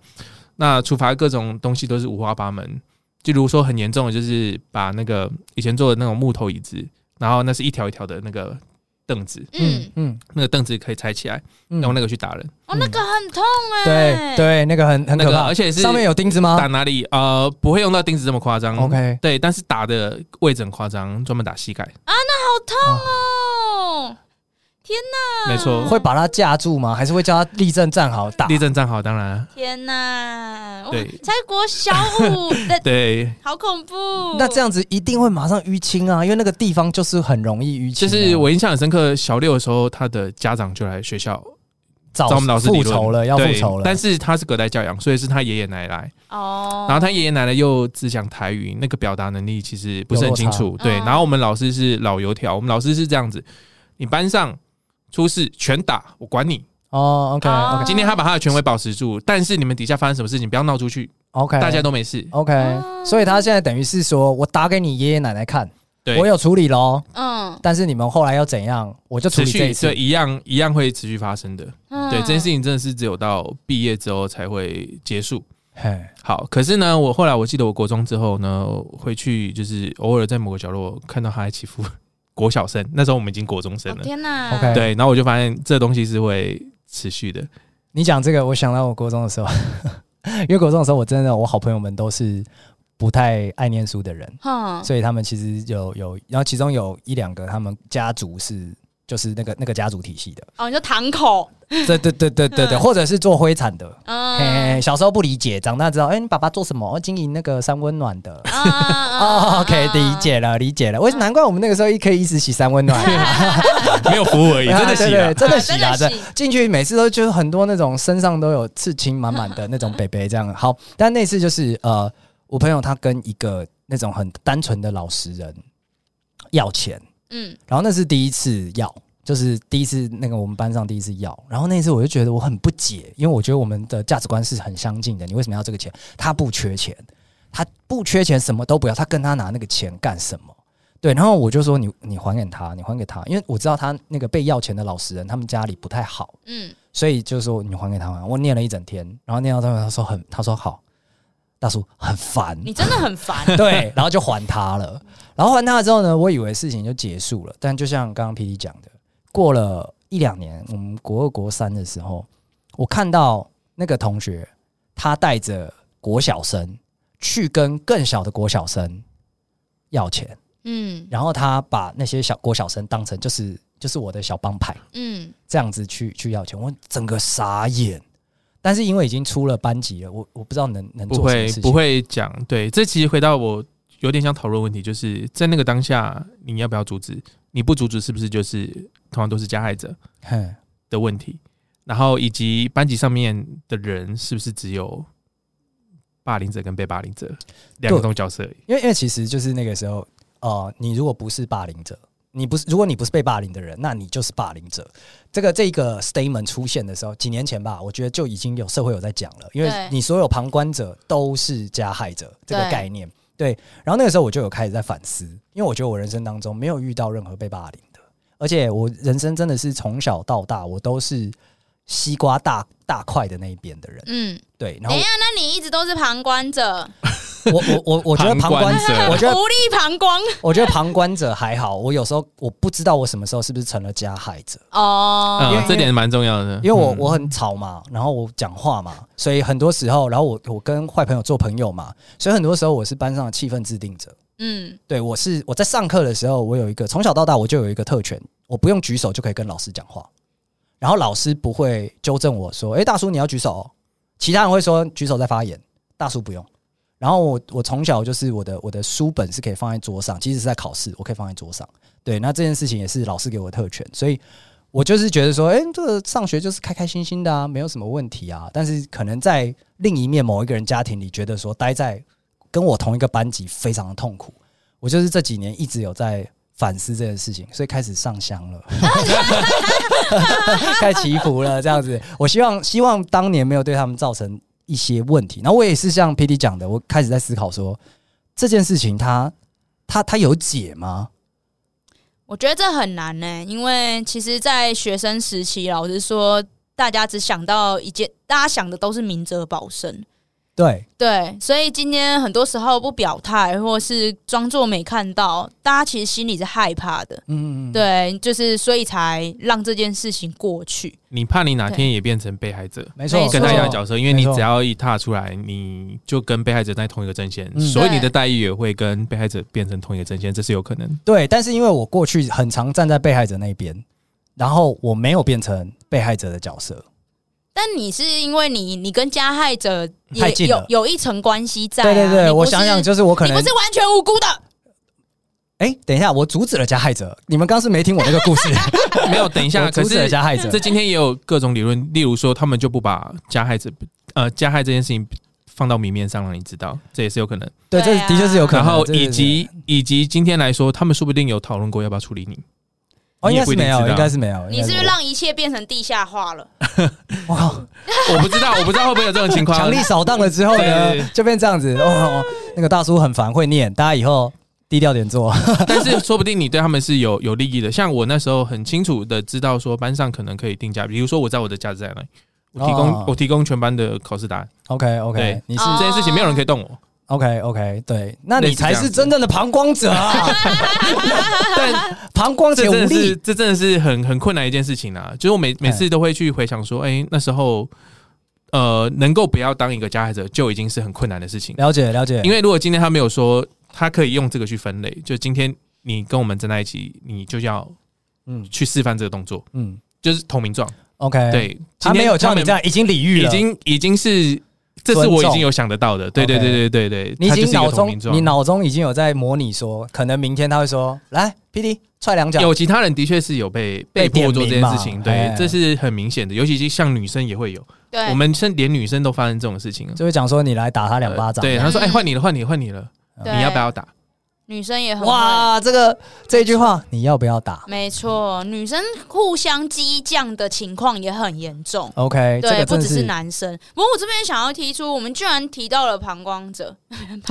S2: 那处罚各种东西都是五花八门，就如说很严重的，就是把那个以前做的那种木头椅子，然后那是一条一条的那个凳子，
S1: 嗯，
S3: 嗯
S2: 那个凳子可以拆起来，
S3: 嗯
S2: 用那个去打人，
S1: 哦，那个很痛哎，
S3: 对，对，那个很很
S2: 那
S3: 可
S2: 个
S3: 怕，
S2: 而且是
S3: 上面有钉子
S2: 打
S3: 吗
S2: 哪里？呃，不会用到钉子这么夸张。
S3: ？OK，
S2: 对，但是打的位置很夸张，专门打膝盖，
S1: 啊好痛哦，
S2: 没错。
S3: 会把它架住吗？还是会叫他立正站好打？
S2: 地震站好，当然啊
S1: 天哪，哇
S2: 对
S1: 才国小五的，
S2: 对，
S1: 好恐怖。
S3: 那这样子一定会马上淤青啊，因为那个地方就是很容易淤
S2: 就
S3: 青啊。
S2: 是我印象很深刻，小六的时候，他的家长就来学校
S3: 找
S2: 找我们老师理
S3: 复
S2: 论
S3: 仇了，要复
S2: 对
S3: 仇了。
S2: 但是他是隔代教养，所以是他爷爷奶奶，
S1: 哦，
S2: 然后他爷爷奶奶又只讲台语，那个表达能力其实不是很清楚。对，
S1: 嗯
S2: 然后我们老师是老油条，我们老师是这样子：你班上出事全打，我管你。
S3: 哦，OK
S1: 哦
S3: OK
S2: 啊今天他把他的权威保持住，
S3: 哦
S2: 但是你们底下发生什么事情不要闹出去，
S3: OK，
S2: 大家都没事。
S3: OK，所
S1: 哦
S3: 以他现在等于是说我打给你爷爷奶奶看，
S2: 对，
S3: 哦我有处理喽，
S1: 嗯，
S3: 但是你们后来要怎样，我就
S2: 持
S3: 处理这一
S2: 续
S3: 次
S2: 对。一样一样会持续发生的。
S1: 嗯
S2: 对，这件事情真的是只有到毕业之后才会结束。
S3: 嘿，
S2: 好，可是呢，我后来我记得我国中之后呢，回去就是偶尔在某个角落看到他在欺负国小生，那时候我们已经国中生
S1: 哦
S2: 了，
S1: 天哪
S3: OK
S2: 对，然后我就发现这东西是会持续的，
S3: 你讲这个，我想到我国中的时候， 因为国中的时候我真的我好朋友们都是不太爱念书的人，
S1: 哼，
S3: 所以他们其实有有，然后其中有一两个他们家族是。就是那个那个家族体系的，
S1: 哦，你说堂口，
S3: 对对对对对对，
S1: 嗯
S3: 或者是做灰产的，
S1: 어.
S3: 嘿嘿，
S1: 嗯，
S3: 嘿小时候不理解，长大知道，哎、你爸爸做什么？哦经营那个三温暖的，
S1: 啊啊
S3: 哦，OK，理。 解了，理
S1: 嗯
S3: 解了。为难怪我们那个时候一可以一直洗 三温暖，
S2: 没有服务而已，真的洗
S3: 对对
S2: 了。
S3: 真的
S1: 啊
S3: 洗啦，
S1: 真的
S3: 这
S1: 洗
S3: 进去每次都就是很多那种身上都有刺青满满的那种北北这样。好，但那次就是呃，我朋友他跟一个那种很单纯的老实人要钱，
S1: 嗯
S3: 然后那是第一次要，就是第一次那个我们班上第一次要，然后那一次我就觉得我很不解，因为我觉得我们的价值观是很相近的，你为什么要这个钱？他不缺钱，他不缺钱，什么都不要，他跟他拿那个钱干什么？对，然后我就说你你还给他，你还给他，因为我知道他那个被要钱的老实人，他们家里不太好，
S1: 嗯，
S3: 所以就说你还给他还。我念了一整天，然后念到最后他说很，他说好，大叔很烦，
S1: 你真的很烦
S3: 对，然后就还他了。然后还他了之后呢，我以为事情就结束了，但就像刚刚 P D 讲的，过了一两年，我们国二国三的时候，我看到那个同学，他带着国小生去跟更小的国小生要钱，
S1: 嗯
S3: 然后他把那些小国小生当成就是就是我的小帮派。
S1: 嗯
S3: 这样子去去要钱，我整个傻眼。但是因为已经出了班级了，我我不知道能能
S2: 不
S3: 做什么
S2: 会
S3: 事情。
S2: 不会讲，对，这其实回到我有点想讨论问题，就是在那个当下，你要不要阻止？你不阻止，是不是就是通常都是加害者
S3: 嘿，
S2: 的问题？然后以及班级上面的人是不是只有霸凌者跟被霸凌者两
S3: 对
S2: 种角色而已？
S3: 因为因为其实就是那个时候，呃，你如果不是霸凌者，你不是如果你不是被霸凌的人，那你就是霸凌者。这个这个 statement 出现的时候，几年前吧，我觉得就已经有社会有在讲了，因为
S1: 对
S3: 你所有旁观者都是加害者这个
S1: 对
S3: 概念。对，然后那个时候我就有开始在反思，因为我觉得我人生当中没有遇到任何被霸凌的，而且我人生真的是从小到大我都是西瓜大大块的那一边的人。
S1: 嗯，
S3: 对，然
S1: 等
S3: 后
S1: 一下，那你一直都是旁观者，
S3: 我我我我觉得旁
S2: 旁
S3: 观
S2: 观
S3: 者，
S2: 者
S3: 我觉得
S1: 无力旁观
S3: 我觉得旁观者还好，我有时候我不知道我什么时候是不是成了加害者，
S1: 어.哦，
S3: 因为
S2: 嗯，这点蛮重要的，
S3: 因为我
S2: 嗯
S3: 我很吵嘛，然后我讲话嘛，所以很多时候，然后我我跟坏朋友做朋友嘛，所以很多时候我是班上的气氛制定者。
S1: 嗯
S3: 对我是我在上课的时候，我有一个从小到大我就有一个特权，我不用举手就可以跟老师讲话，然后老师不会纠正我说：“诶，大叔你要举手、哦。”其他人会说举手在发言，大叔不用。然后我我从小就是我的我的书本是可以放在桌上，即使是在考试，我可以放在桌上。对，那这件事情也是老师给我的特权，所以我就是觉得说，诶，这个上学就是开开心心的啊，没有什么问题啊。但是可能在另一面某一个人家庭里，觉得说待在跟我同一个班级非常的痛苦。我就是这几年一直有在反思这件事情，所以开始上香了， 开始祈福了，这样子。我希望希望当年没有对他们造成一些问题。然后我也是像 P D 讲的，我开始在思考说这件事情它，它它有解吗？
S1: 我觉得这很难呢、因为其实，在学生时期，老实说，大家只想到一件，大家想的都是明哲保身。
S3: 对，
S1: 对，所以今天很多时候不表态，或是装作没看到，大家其实心里是害怕的。
S3: 嗯，
S1: 对，就是所以才让这件事情过去。
S2: 你怕你哪天也变成被害者，
S3: 没错，
S1: 没错
S2: 跟
S1: 他
S2: 他
S1: 一
S2: 一样
S1: 样
S2: 的角色，因为你
S3: 没错
S2: 只要一踏出来，你就跟被害者在同一个阵线，
S3: 嗯
S2: 所以你的
S1: 对
S2: 待遇也会跟被害者变成同一个阵线，这是有可能。
S3: 对，但是因为我过去很常站在被害者那边，然后我没有变成被害者的角色，
S1: 但你是因为你，你跟加害者
S3: 太
S1: 也
S3: 近了
S1: 有有一层关系在、啊。
S3: 对对对，
S1: 你不
S3: 我
S1: 是
S3: 想想，就是我可能
S1: 你不是完全无辜的。
S3: 哎、等一下，我阻止了加害者。你们刚是没听我那个故事？
S2: 没有， 等一下，
S3: 我
S2: 可
S3: 阻止了
S2: 是
S3: 加害者
S2: 这。今天也有各种理论，例如说他们就不把加害者呃加害这件事情放到明面上让你知道，这也是有可能。
S3: 对，这
S1: 对啊
S3: 的确是有可能。
S2: 然后
S3: 这是
S2: 以及以及今天来说，他们说不定有讨论过要不要处理 你。
S3: 哦，
S2: 你也
S3: 应该
S2: 不
S3: 是
S2: 一定
S3: 没有，
S2: 知道
S3: 应该是没有。
S1: 你是不
S3: 应
S1: 是
S3: 该
S1: 让一切变成地下化了？
S3: 我靠？
S2: 我不知道，我不知道会不会有这种情况。
S3: 强力扫荡了之后
S2: 对
S3: 呢，就变这样子。哦，那个大叔很烦，会念，大家以后低调点做。
S2: 但是说不定你对他们是有有利益的。像我那时候很清楚的知道说班上可能可以定价，比如说我知道我的价值在哪里，我提供、
S3: 哦
S2: 我提供全班的考试答案，
S3: OK OK，
S2: 对
S3: 你是哦
S1: 哦
S2: 这件事情没有人可以动我。
S3: OK OK，对，那你
S2: 类似这
S3: 才
S2: 样
S3: 是
S2: 子
S3: 真正的膀胱者啊！
S2: 但
S3: 膀胱
S2: 这
S3: 且
S2: 真
S3: 无
S2: 的是
S3: 力。哎
S2: 这真的是很很困难一件事情啊！就是我每每次都会去回想说，哎、那时候呃能够不要当一个加害者就已经是很困难的事情，
S3: 了解了解，
S2: 因为如果今天他没有说他可以用这个去分类，就今天你跟我们站在一起，你就要
S3: 嗯
S2: 去示范这个动作，
S3: 嗯
S2: 就是投名状。
S3: ，OK，，
S2: 对，
S3: 哎他
S2: 今天
S3: 没有叫
S2: 们
S3: 你这样，已经礼遇
S2: 已
S3: 了，
S2: 经已经是，这是我已经有想得到的。对对
S3: OK
S2: 对对对对，
S3: 你已
S2: 它就
S3: 经
S2: 是一个
S3: 脑
S2: 投
S3: 中
S2: 名，状
S3: 你脑中已经有在模拟说，可能明天他会说，来，P D 踹两脚，
S2: 有其他人的确是有被
S3: 被
S2: 被
S3: 点
S2: 迫做这件
S3: 名嘛
S2: 事情，
S3: 哎
S2: 对，这是很明显的，尤其是像女生也会有，
S1: 对，
S2: 我们甚连女生都发生这种事情了。
S3: 就会讲说你来打他两巴掌。
S2: 对，他说：“哎，
S1: 嗯
S2: 换你了，换你了，换你了，
S1: 对
S2: 你要不要打
S1: 女生也很啊哇？
S3: 哇，这个这句话你要不要打
S1: 没错，女生互相激将的情况也很严重。
S3: ？OK，这哎
S1: 对，
S3: 个
S1: 不
S3: 真
S1: 只是
S3: 是
S1: 男生。不过我这边想要提出，我们居然提到了膀胱者，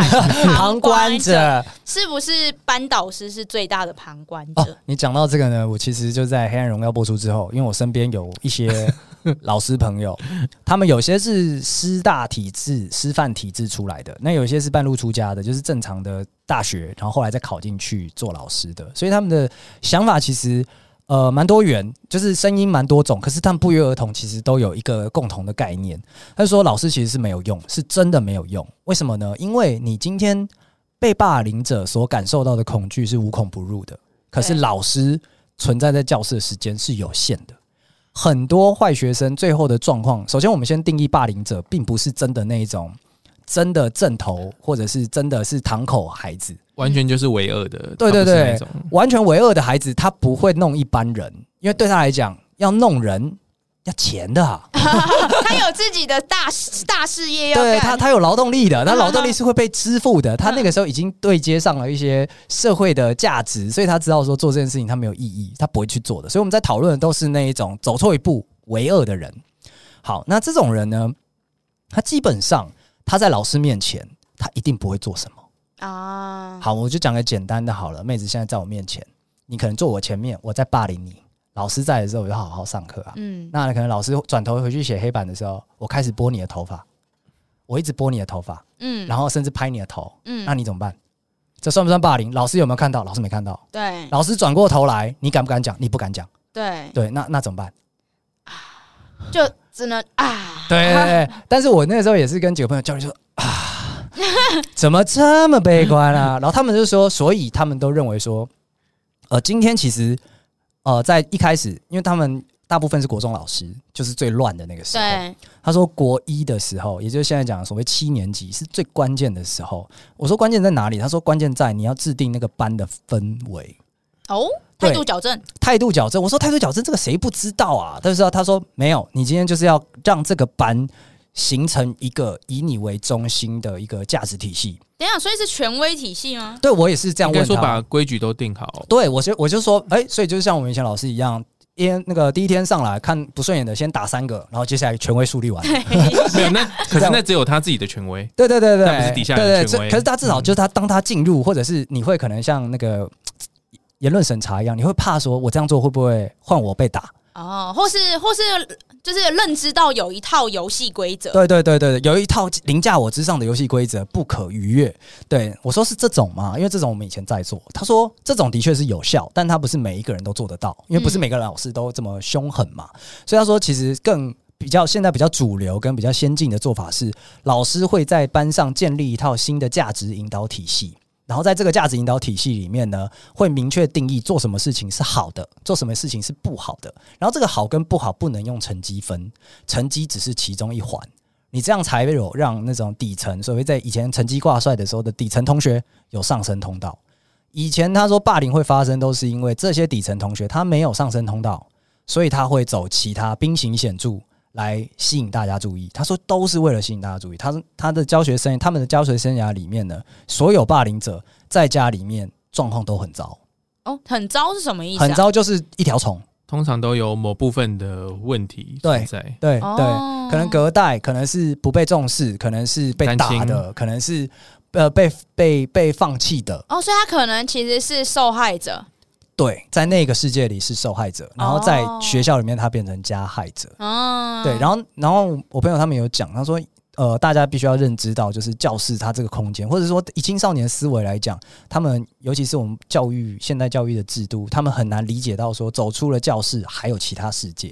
S3: 旁观者
S1: 是不是班导师是最大的旁观
S3: 哦
S1: 者？。
S3: 你讲到这个呢，我其实就在《黑暗荣耀》播出之后，因为我身边有 一些老师朋友，他们有些是师大体制、师范体制出来的，那有些是半路出家的，就是正常的大学，然后后来再考进去做老师的，所以他们的想法其实呃蛮多元，就是声音蛮多种，可是他们不约而同其实都有一个共同的概念，他就说老师其实是没有用，是真的没有用。为什么呢？因为你今天被霸凌者所感受到的恐惧是无孔不入的，可是
S1: 对
S3: 老师存在在教室的时间是有限的。很多坏学生最后的状况，首先我们先定义霸凌者，并不是真的那一种真的正头，或者是真的是堂口孩子，？”
S2: 完全就是为恶的，
S3: 对
S2: 它
S3: 对
S2: 不是
S3: 对
S2: 那种
S3: 完全为恶的孩子，他不会弄一般人，因为对他来讲，要弄人要钱的、啊，
S1: 他有自己的大事大事业 要
S3: 对
S1: 干，嗯
S3: 他他有劳动 力的，他劳动力是会被支付的，他那个时候已经对接上了一些社会的价值，所以他知道说做这件事情他没有意义，他不会去做的。所以我们在讨论的都是那一种走错一步为恶的人。好，那这种人呢，他基本上他在老师面前，他一定不会做什么。
S1: 啊，
S3: 好，我就讲个简单的好了。妹子现在在我面前，你可能坐我前面，我在霸凌你。老师在的时候，我就好好上课啊。
S1: 嗯，
S3: 那可能老师转头回去写黑板的时候，我开始拨你的头发，我一直拨你的头发，
S1: 嗯，
S3: 然后甚至拍你的头，
S1: 嗯
S3: 那，你怎么办？这算不算霸凌？老师有没有看到？老师没看到。
S1: 对
S3: 老师转过头来，你敢不敢讲？你不敢讲。
S1: 对，
S3: 对，那那怎么办？
S1: 就只能 啊，
S3: 对对对。但是我那个时候也是跟几个朋友交流说啊，怎么这么悲观啊？然 后他们就说，所以他们都认为说，呃，今天其实呃，在一开始，因为他们大部分是国中老师，就是最乱的那个时候。
S1: 对，
S3: 他说国一的时候，也就是现在讲的所谓七年级是最关键的时候。我说关键在哪里？他说关键在你要制定那个班的氛围。
S1: 哦，
S3: 对
S1: 态度矫正，
S3: 态度矫正，我说态度矫正这个谁不知道啊？他就说他说没有，你今天就是要让这个班形成一个以你为中心的一个价值体系。
S1: 等一下，所以是权威体系吗？
S3: 对我也是这样
S2: 应该
S3: 问
S2: 说
S3: 他
S2: 把。规矩都定好。
S3: 对我就我就说，哎、所以就是像我们以前老师一样，一天那个第一天上来看不顺眼的，先打三个，然后接下来权威树 立完。
S2: 没有， 那可
S3: 这
S2: 是
S3: 样
S2: 那只有他自己的权威。
S3: 对对对对，
S2: 那不是底下
S3: 对
S2: 人
S3: 对，
S2: 权
S3: 这
S2: 威
S3: 可是他至少就是他，当他进入，或者是你会可能像那个嘖言论审查一样，你会怕说，我这样做会不会换我被打？
S1: 哦，或是或是就是认知到有一套游戏规则，
S3: 对对对对，对有一套凌驾我之上的游戏规则不可逾越。对我说是这种嘛，因为这种我们以前在做。他说这种的确是有效，但他不是每一个人都做得到，因为不是
S1: 嗯
S3: 每个老师都这么凶狠嘛。所以他说其实更。比较现在比较主流跟比较先进的做法是，老师会在班上建立一套新的价值引导体系，然后在这个价值引导体系里面呢，会明确定义做什么事情是好的，做什么事情是不好的。然后这个好跟不好不能用成绩分，成绩只是其中一环。你这样才有让那种底层，所谓在以前成绩挂帅的时候的底层同学有上升通道。以前他说霸凌会发生，都是因为这些底层同学他没有上升通道，所以他会走其他兵行险著来吸引大家注意。他说都是为了吸引大家注意。他说他的教学生涯，他们的教学生涯里面呢，所有霸凌者在家里面状况都很糟，
S1: 哦，很糟是什么意思、啊？
S3: 很糟就是一条虫。
S2: 通常都有某部分的问题
S3: 对
S2: 存在，
S3: 对
S1: 哦
S3: 对，可能隔代，可能是不被重视，可能是被打
S2: 担
S3: 的，
S2: 心
S3: 可能是呃被被被放弃的。
S1: 哦，所以他可能其实是受害者。
S3: 对，在那个世界里是受害者，
S1: 哦
S3: 然后在学校里面他变成加害者。
S1: 嗯，
S3: 对，然后然后我朋友他们有讲，他说。呃，大家必须要认知到，就是教室它这个空间，或者说以青少年思维来讲，他们尤其是我们教育现代教育的制度，他们很难理解到说走出了教室还有其他世界。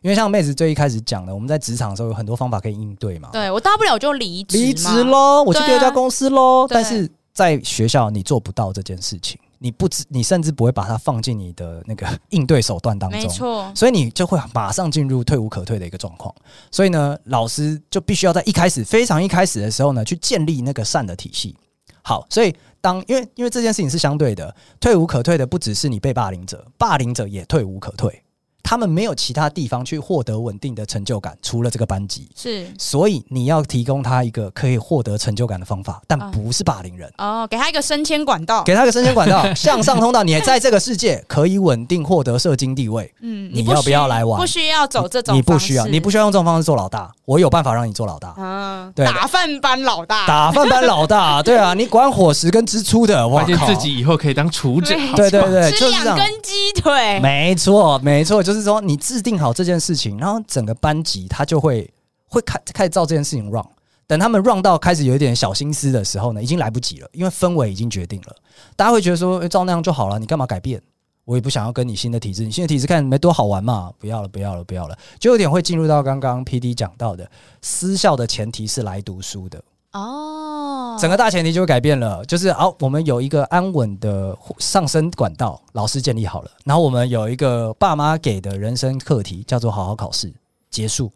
S3: 因为像妹子最一开始讲的，我们在职场的时候有很多方法可以应对嘛，
S1: 对我大不了就离职嘛，
S3: 离职喽，我去
S1: 对啊
S3: 别家公司喽。
S1: 对
S3: 但是在学校你做不到这件事情，你不知，你甚至不会把它放进你的那个应对手段当
S1: 没
S3: 中。
S1: 错，
S3: 所以你就会马上进入退无可退的一个状况。所以呢，老师就必须要在一开始非常一开始的时候呢，去建立那个善的体系。好，所以当因为因为这件事情是相对的，退无可退的不只是你被霸凌者，霸凌者也退无可退，他们没有其他地方去获得稳定的成就感，除了这个班级。
S1: 是
S3: 所以你要提供他一个可以获得成就感的方法，但
S1: 啊
S3: 不是霸凌人，
S1: 哦，给他一个升迁管道。
S3: 给他一个升迁 管道，向上通道。你在这个世界可以稳定获得社经地位，
S1: 嗯，
S3: 你
S1: 不
S3: 要不
S1: 需
S3: 要来玩
S1: 不需要走这种
S3: 你不
S1: 方
S3: 需要，
S1: 式
S3: 你不需要用这种方式做老大，我有办法让你做老大。
S1: 嗯，
S3: 对
S1: 打饭班老大，
S3: 打饭班老大，对啊，你管伙食跟支出的，我
S2: 发现
S3: 靠
S2: 自，己以后可以当厨者，
S3: 对对对，
S1: 吃
S3: 就是这
S1: 两
S3: 样。
S1: 根鸡腿，
S3: 没错，没错，就是说你制定好这件事情，然后整个班级他就会会开开始照这件事情 run。等他们 run 到开始有一点小心思的时候呢，已经来不及了，因为氛围已经决定了。大家会觉得说，诶照那样就好了，你干嘛改变？我也不想要跟你新的体制，你新的体制看没多好玩嘛，不要了，不要了，不要了，就有点会进入到刚刚 P D 讲到的，私校的前提是来读书的，
S1: 哦，
S3: 整个大前提就会改变了，就是哦，我们有一个安稳的上升管道，老师建立好了，然后我们有一个爸妈给的人生课题，叫做好好考试结束。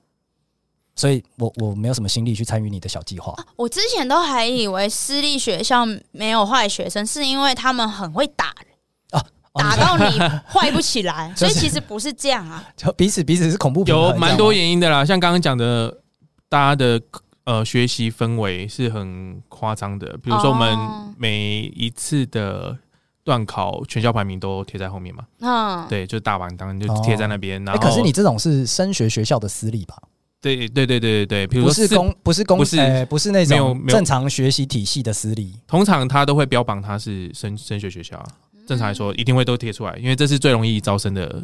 S3: 所以我我没有什么心力去参与你的小计划，
S1: 我之前都还以为私立学校没有坏学生，是因为他们很会打人
S3: 啊哦
S1: 打到你坏不起来，
S3: 就
S1: 所
S3: 是
S1: 以其实不是这样啊。
S3: 就彼此彼此是恐怖平衡
S2: 有蛮多
S3: 这样
S2: 原因的啦。像刚刚讲的，大家的呃学习氛围是很夸张的，比如说我
S1: 哦
S2: 们每一次的段考全校排名都贴在后面嘛，
S1: 嗯，
S2: 对，就大榜当就贴在那边。
S3: 吗
S2: 然
S3: 诶
S2: 后，
S3: 哦哎可是你这种是升学学校的私立吧？
S2: 对对对对对对，比如
S3: 不
S2: 说
S3: 是
S2: 四
S3: 公不是公
S2: 不是
S3: 诶不是那
S2: 没有
S3: 种
S2: 没有
S3: 正常学习体系的私立，
S2: 通常他都会标榜他是升升学学校啊，正常来说一定会都贴出来，因为这是最容易招生的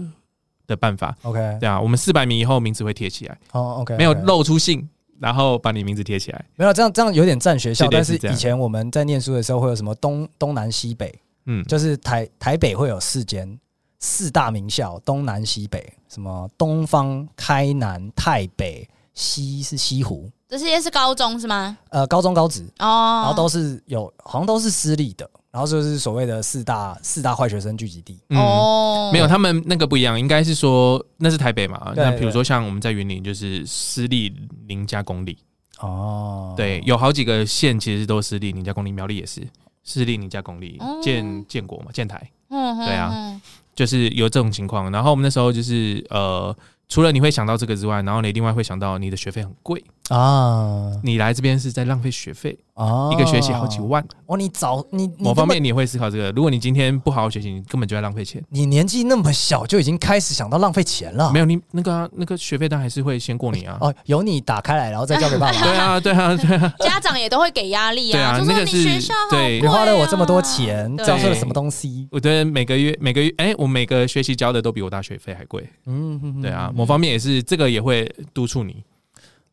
S2: 的办法。
S3: OK，
S2: 对啊，我们四百名以后名字会贴起来，
S3: 哦 OK，
S2: 没有露出姓，然后把你名字贴起来。
S3: 没有这样这样有点占学校，
S2: 系列
S3: 但
S2: 是
S3: 是
S2: 这样
S3: 以前我们在念书的时候会有什么东东南西北，
S2: 嗯，
S3: 就是台台北会有四间四大名校，东南西北，什么东方、开南、太北、西是西湖，
S1: 这些是高中是吗？
S3: 呃，高中、高职，
S1: 哦，
S3: 然后都是有，好像都是私立的，然后就是所谓的四大四大坏学生聚集地。
S2: 嗯
S1: 哦，
S2: 没有，他们那个不一样，应该是说那是台北嘛。
S3: 对
S2: 那
S3: 对
S2: 比如说像我们在云林，就是私立林家公立，
S3: 哦，
S2: 对，有好几个县其实都私立林家公立，苗栗也是私立林家公立
S1: 哦，
S2: 建建国嘛，建台
S1: 嗯，嗯
S2: 对啊，
S1: 嗯
S2: 就是有这种情况。然后我们那时候就是呃，除了你会想到这个之外，然后你另外会想到你的学费很贵，
S3: 啊，
S2: 你来这边是在浪费学费，
S3: 哦，
S2: 一个学期好几。万。
S3: 哦，你早你你
S2: 某方
S3: 这么
S2: 面你也会思考这个，如果你今天不好好学习，你根本就在浪费钱。
S3: 你年纪那么小就已经开始想到浪费钱了，
S2: 没
S3: 有
S2: 有你那个啊、那个学费单还是会先过你啊。
S3: 哦，由你打开来，然后再交 给爸妈。
S2: 对啊，对啊，对啊。
S1: 家长也都会给压力
S2: 对
S1: 啊，
S2: 啊
S1: 就说
S2: 那个
S1: 你
S2: 是
S1: 学校好
S2: 对
S1: 贵
S3: 你
S1: 啊
S3: 花了我这么多钱，
S1: 对啊
S3: 交出了什么东西？
S2: 我觉得每个月每个月，哎、我每个学期交的都比我大学费还贵。
S3: 嗯，
S2: 对啊，某方面也是这个也会督促你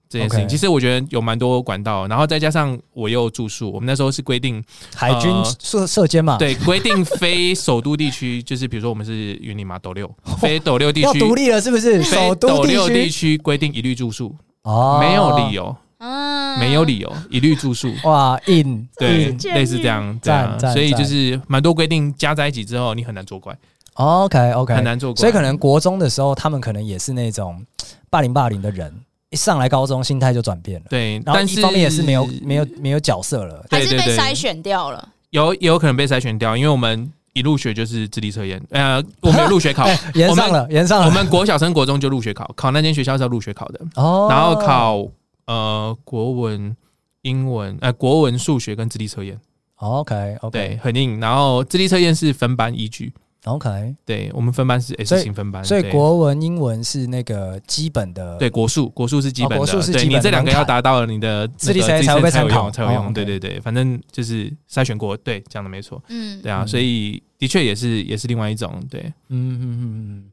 S2: 这件事情。
S3: OK
S2: 其实我觉得有蛮多管道，然后再加上我又住宿，我们那时候是规定，
S3: 海军
S2: 呃
S3: 射射箭嘛，，
S2: 对规定非首都地区，就是比如说我们是云林嘛，斗六，非斗六地
S3: 哦要
S2: 区，
S3: 独立了是不是？
S2: 非
S3: 首
S2: 斗
S3: 都
S2: 六地
S3: 区
S2: 区规定一律住宿，
S3: 哦
S2: 没有理由，
S1: 嗯，
S2: 没有理由，一律住宿。
S3: 哇硬
S2: 对
S1: 是，监
S2: 类似
S1: 狱
S2: 这样，对啊
S3: 嗯赞，赞
S2: 所以就
S3: 赞
S2: 是蛮多规定加在一起之后，你很难作怪，
S3: ，OK OK，
S2: 很难作怪。
S3: 所以可能国中的时候，他们可能也是那种霸凌霸凌的人，一上来高中心态就转变了，
S2: 对，
S3: 然后
S2: 但
S3: 哦一
S2: 是
S3: 方面也是没有没有没有角色了，
S1: 还是
S2: 对
S1: 被
S2: 对对
S1: 筛选掉了，
S2: 有也有可能被筛选掉，因为我们一入学就是智力测验，呃，我们有入学 考，
S3: 延
S2: 我
S3: 上
S2: 们
S3: 了，延上了。
S2: 我们国小升国中就入学考，考那间学校是要入学考的，
S3: 哦
S2: 然后考呃国文、英文、呃国文、数学跟智力测验，
S3: OK
S2: 对，
S3: OK
S2: 很硬。然后智力测验是分班依据，
S3: OK，
S2: 对我们分班是
S3: 所
S2: S
S3: 以
S2: 型分班，
S3: 所以
S2: 对
S3: 国文、英文是那个基本的，
S2: 对国数国数是基本的，
S3: 哦国数是
S2: 对
S3: 基本的
S2: 你这两个
S3: 门槛
S2: 要达到了你的
S3: 智力测
S2: 才
S3: 验才会被参考
S2: 才有
S3: 哦
S2: 用，
S3: ，OK
S2: 对对对，反正就是筛选过，对，讲的没错，
S1: 嗯，
S2: 对啊，
S3: 嗯
S2: 所以的确也是也是另外一种，对，
S3: 嗯，嗯嗯嗯嗯，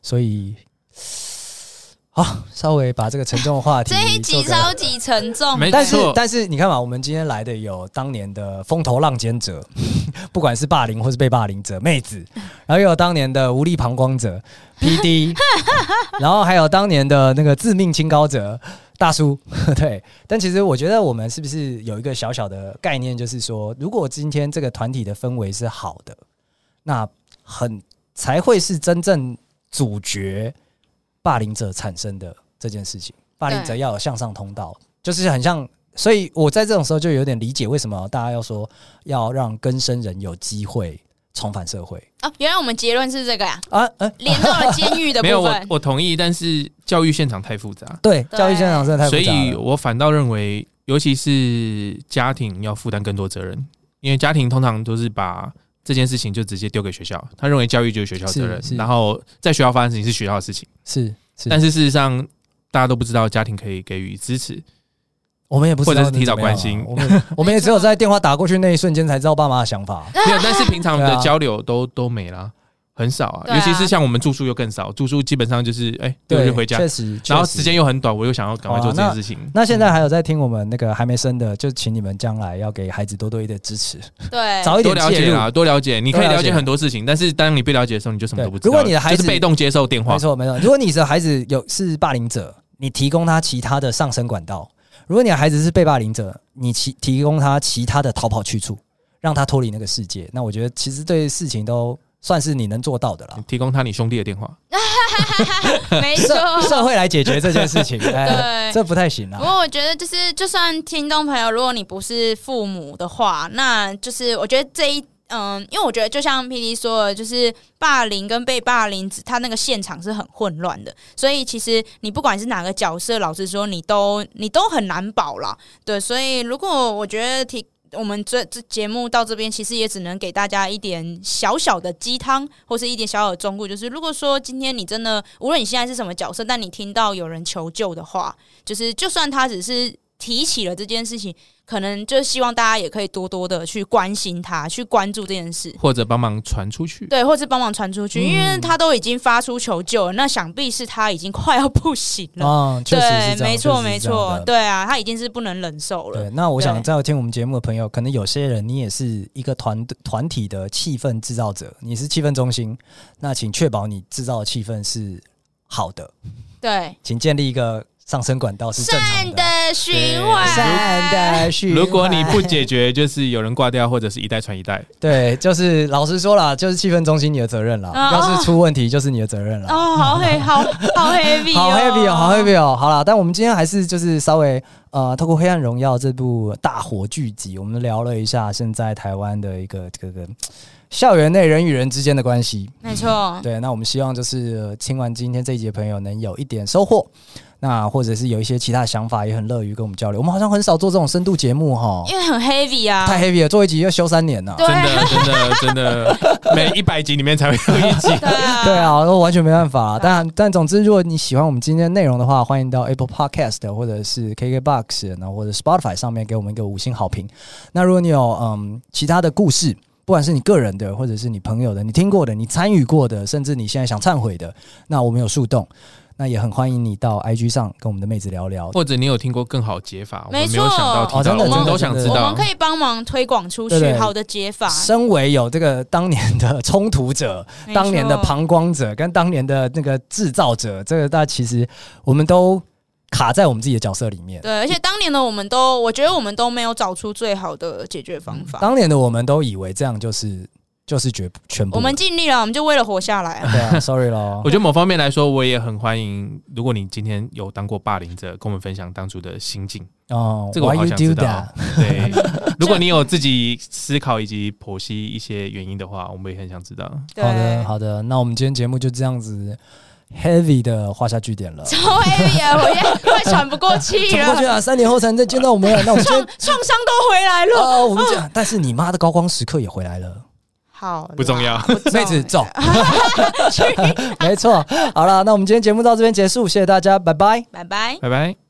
S3: 所以好，稍微把这个沉重的话题
S1: 这一集
S3: 做个
S1: 超级沉重，
S2: 没
S3: 但是
S2: 没错
S3: 但是你看嘛，我们今天来的有当年的风头浪尖者， 不管是霸凌或是被霸凌者妹子，然后又有当年的无力膀胱者 P D，然后还有当年的那个致命清高者大叔， 对。但其实我觉得我们是不是有一个小小的概念，就是说，如果今天这个团体的氛围是好的，那很才会是真正阻绝霸凌者产生的这件事情。霸凌者
S1: 对
S3: 要有向上通道，就是很像。所以我在这种时候就有点理解为什么大家要说要让更生人有机会重返社会
S1: 哦，原来我们结论是这个呀、
S3: 啊，呃，
S1: 连到了监狱的
S2: 没有
S1: 部
S2: 我
S1: 分。
S2: 我同意，但是教育现场太复杂，
S3: 对，
S1: 对
S3: 教育现场真的太复
S2: 所
S3: 杂
S2: 以
S3: 了。
S2: 我反倒认为，尤其是家庭要负担更多责任，因为家庭通常都是把这件事情就直接丢给学校，他认为教育就是学校的责
S3: 是是
S2: 任，然后在学校发生的事情是学校的事情，
S3: 是是，
S2: 但是事实上。大家都不知道家庭可以给予支持，
S3: 我们也不知
S2: 或
S3: 道
S2: 者是
S3: 能
S2: 提早
S3: 怎么样啊
S2: 关心
S3: 我们我们也只有在电话打过去那一瞬间才知道爸妈的想法。
S2: 没有，但是平常
S3: 对啊
S2: 的交流都都没啦，很少啊。
S1: 对啊
S2: 尤其是像我们住宿又更少，住宿基本上就是哎六
S3: 对，
S2: 日回家，
S3: 确实，
S2: 然后
S3: 确实
S2: 时间又很短，我又想要赶快做这件事情。
S3: 那现在还有在听我们那个还没生的，就请你们将来要给孩子多多一点支持，
S1: 对，
S3: 早一
S2: 多
S3: 哎点
S2: 了
S3: 介
S2: 解
S3: 入。
S2: 啦，多了解，你可以
S3: 多了
S2: 了
S3: 解
S2: 解很多事情，但是当你不了解的时候，你就什么都不知道。
S3: 对如果你的孩子
S2: 就是被动接受电话
S3: 没，错没错，如果你的孩子有是霸凌者，你提供他其他的上升管道；如果你的孩子是被霸凌者，你其提供他其他的逃跑去处，让他脱离那个世界。那我觉得其实对事情都算是你能做到的啦
S2: 你。提供他你兄弟的电话，
S1: 没错。
S3: 社社会来解决这件事 情，哎，
S1: 对
S3: 这不太行啊
S1: 不。过我觉得，就是就算听众朋友，如果你不是父母的话，那就是呃我觉得这一嗯，因为我觉得就像 P D 说的，就是霸凌跟被霸凌，他那个现场是很混乱的，所以其实你不管是哪个角色，老实说，你都你都很难保啦。对，所以如果我觉得提。我们这这节目到这边，其实也只能给大家一点小小的鸡汤，或是一点小小的忠告。就是如果说今天你真的，无论你现在是什么角色，但你听到有人求救的话，就是就算他只是提起了这件事情，可能就希望大家也可以多多的去关心他，去关注这件事。
S2: 或者帮忙传出去。
S1: 对，或是帮忙传出去，
S3: 嗯
S1: 因为他都已经发出求救了，那想必是他已经快要不行了。
S3: 嗯，确实
S1: 对
S3: 是，这样
S1: 没错，
S3: 确实
S1: 没
S3: 是这样
S1: 错
S3: 的，
S1: 对啊，他已经是不能忍受了
S3: 对，。那我想
S1: 对
S3: 在听我们节目的朋友，可能有些人你也是一个团团体的气氛制造者，你是气氛中心，那请确保你制造的气氛是好的，
S1: 对，
S3: 请建立一个上升管道是正常
S1: 善
S3: 的。
S1: 的循环，
S3: 善的循环
S2: 如果你不解决，就是有人挂掉，或者是一代传一 代。
S3: 对，就是老实说啦，就是气氛中心你的责任啦，
S1: 哦
S3: 要是出问题就是你的责任啦。
S1: 哦，好黑，好好 heavy，
S3: 好 happy 哦，好 happy 哦。好啦，但我们今天还是就是稍微呃，透过《黑暗荣耀》这部大火剧集，我们聊了一下现在台湾的一个这个个校园内人与人之间的关系。
S1: 没错，
S3: 对，那我们希望就是、呃听完今天这一集的朋友能有一点收获，那或者是有一些其他的想法，也很乐于跟我们交流。我们好像很少做这种深度节目哈，
S1: 因为很 heavy 啊，
S3: 太 heavy 了，做一集要休三年呢、
S1: 对
S2: 真的，真的，真 的，每一百集里面才会有一集。
S1: 对 啊，
S3: 对啊，我完全没办法。但但总之，如果你喜欢我们今天的内容的话，欢迎到 Apple Podcast 或者是 KKBox，然后或者 Spotify 上面给我们一个五星好评。那如果你有嗯其他的故事，不管是你个人的，或者是你朋友的，你听过的，你参与过的，甚至你现在想忏悔的，那我们有树洞，那也很欢迎你到 IG 上跟我们的妹子聊聊。
S2: 或者你有听过更好解法，我
S1: 没
S2: 们
S1: 错
S2: 没有想到
S3: 哦
S2: 提
S3: 真
S2: 到，
S3: 的
S2: 我们
S1: 真的
S2: 都想
S3: 真
S2: 知
S3: 的
S1: 我
S2: 道
S1: 们。可以帮忙推广出
S3: 对
S1: 去
S3: 对
S1: 好的解法，
S3: 身为有这个当年的冲突者，
S1: 没
S3: 当年的
S1: 错
S3: 旁观者跟当年的那个制造者，这个大家其实我们都卡在我们自己的角色里面。
S1: 对，而且当年的我们都，我觉得我们都没有找出最好的解决方法。
S3: 当年的我们都以为这样就是就是绝全部。
S1: 我们尽力了，我们就为了活下来啊。
S3: 对啊，sorry 咯
S2: 我。觉得某方面来说，我也很欢迎。如果你今天有当过霸凌者，跟我们分享当初的心境，
S3: 哦，
S2: 这个我
S3: why
S2: 好
S3: you
S2: 想知
S3: do
S2: 道
S3: that？。
S2: 对，如果你有自己思考以及剖析一些原因的话，我们也很想知道。
S1: 对，
S3: 好的，好的，那我们今天节目就这样子 heavy 的画下句点 了。
S1: 超 heavy 啊，我现在快喘不过气
S3: 转过去
S1: 了，
S3: 啊，三年后才能再见到我们了。那我们 今天
S1: 创伤都回来了。
S3: 啊，我们讲，但是你妈的高光时刻也回来了，
S1: 好啦，
S2: 不重要
S1: 不重要
S3: 妹子走。 没错，好了，那我们今天节目到这边结束，谢谢大家，拜拜。
S1: 拜拜。
S2: 拜拜。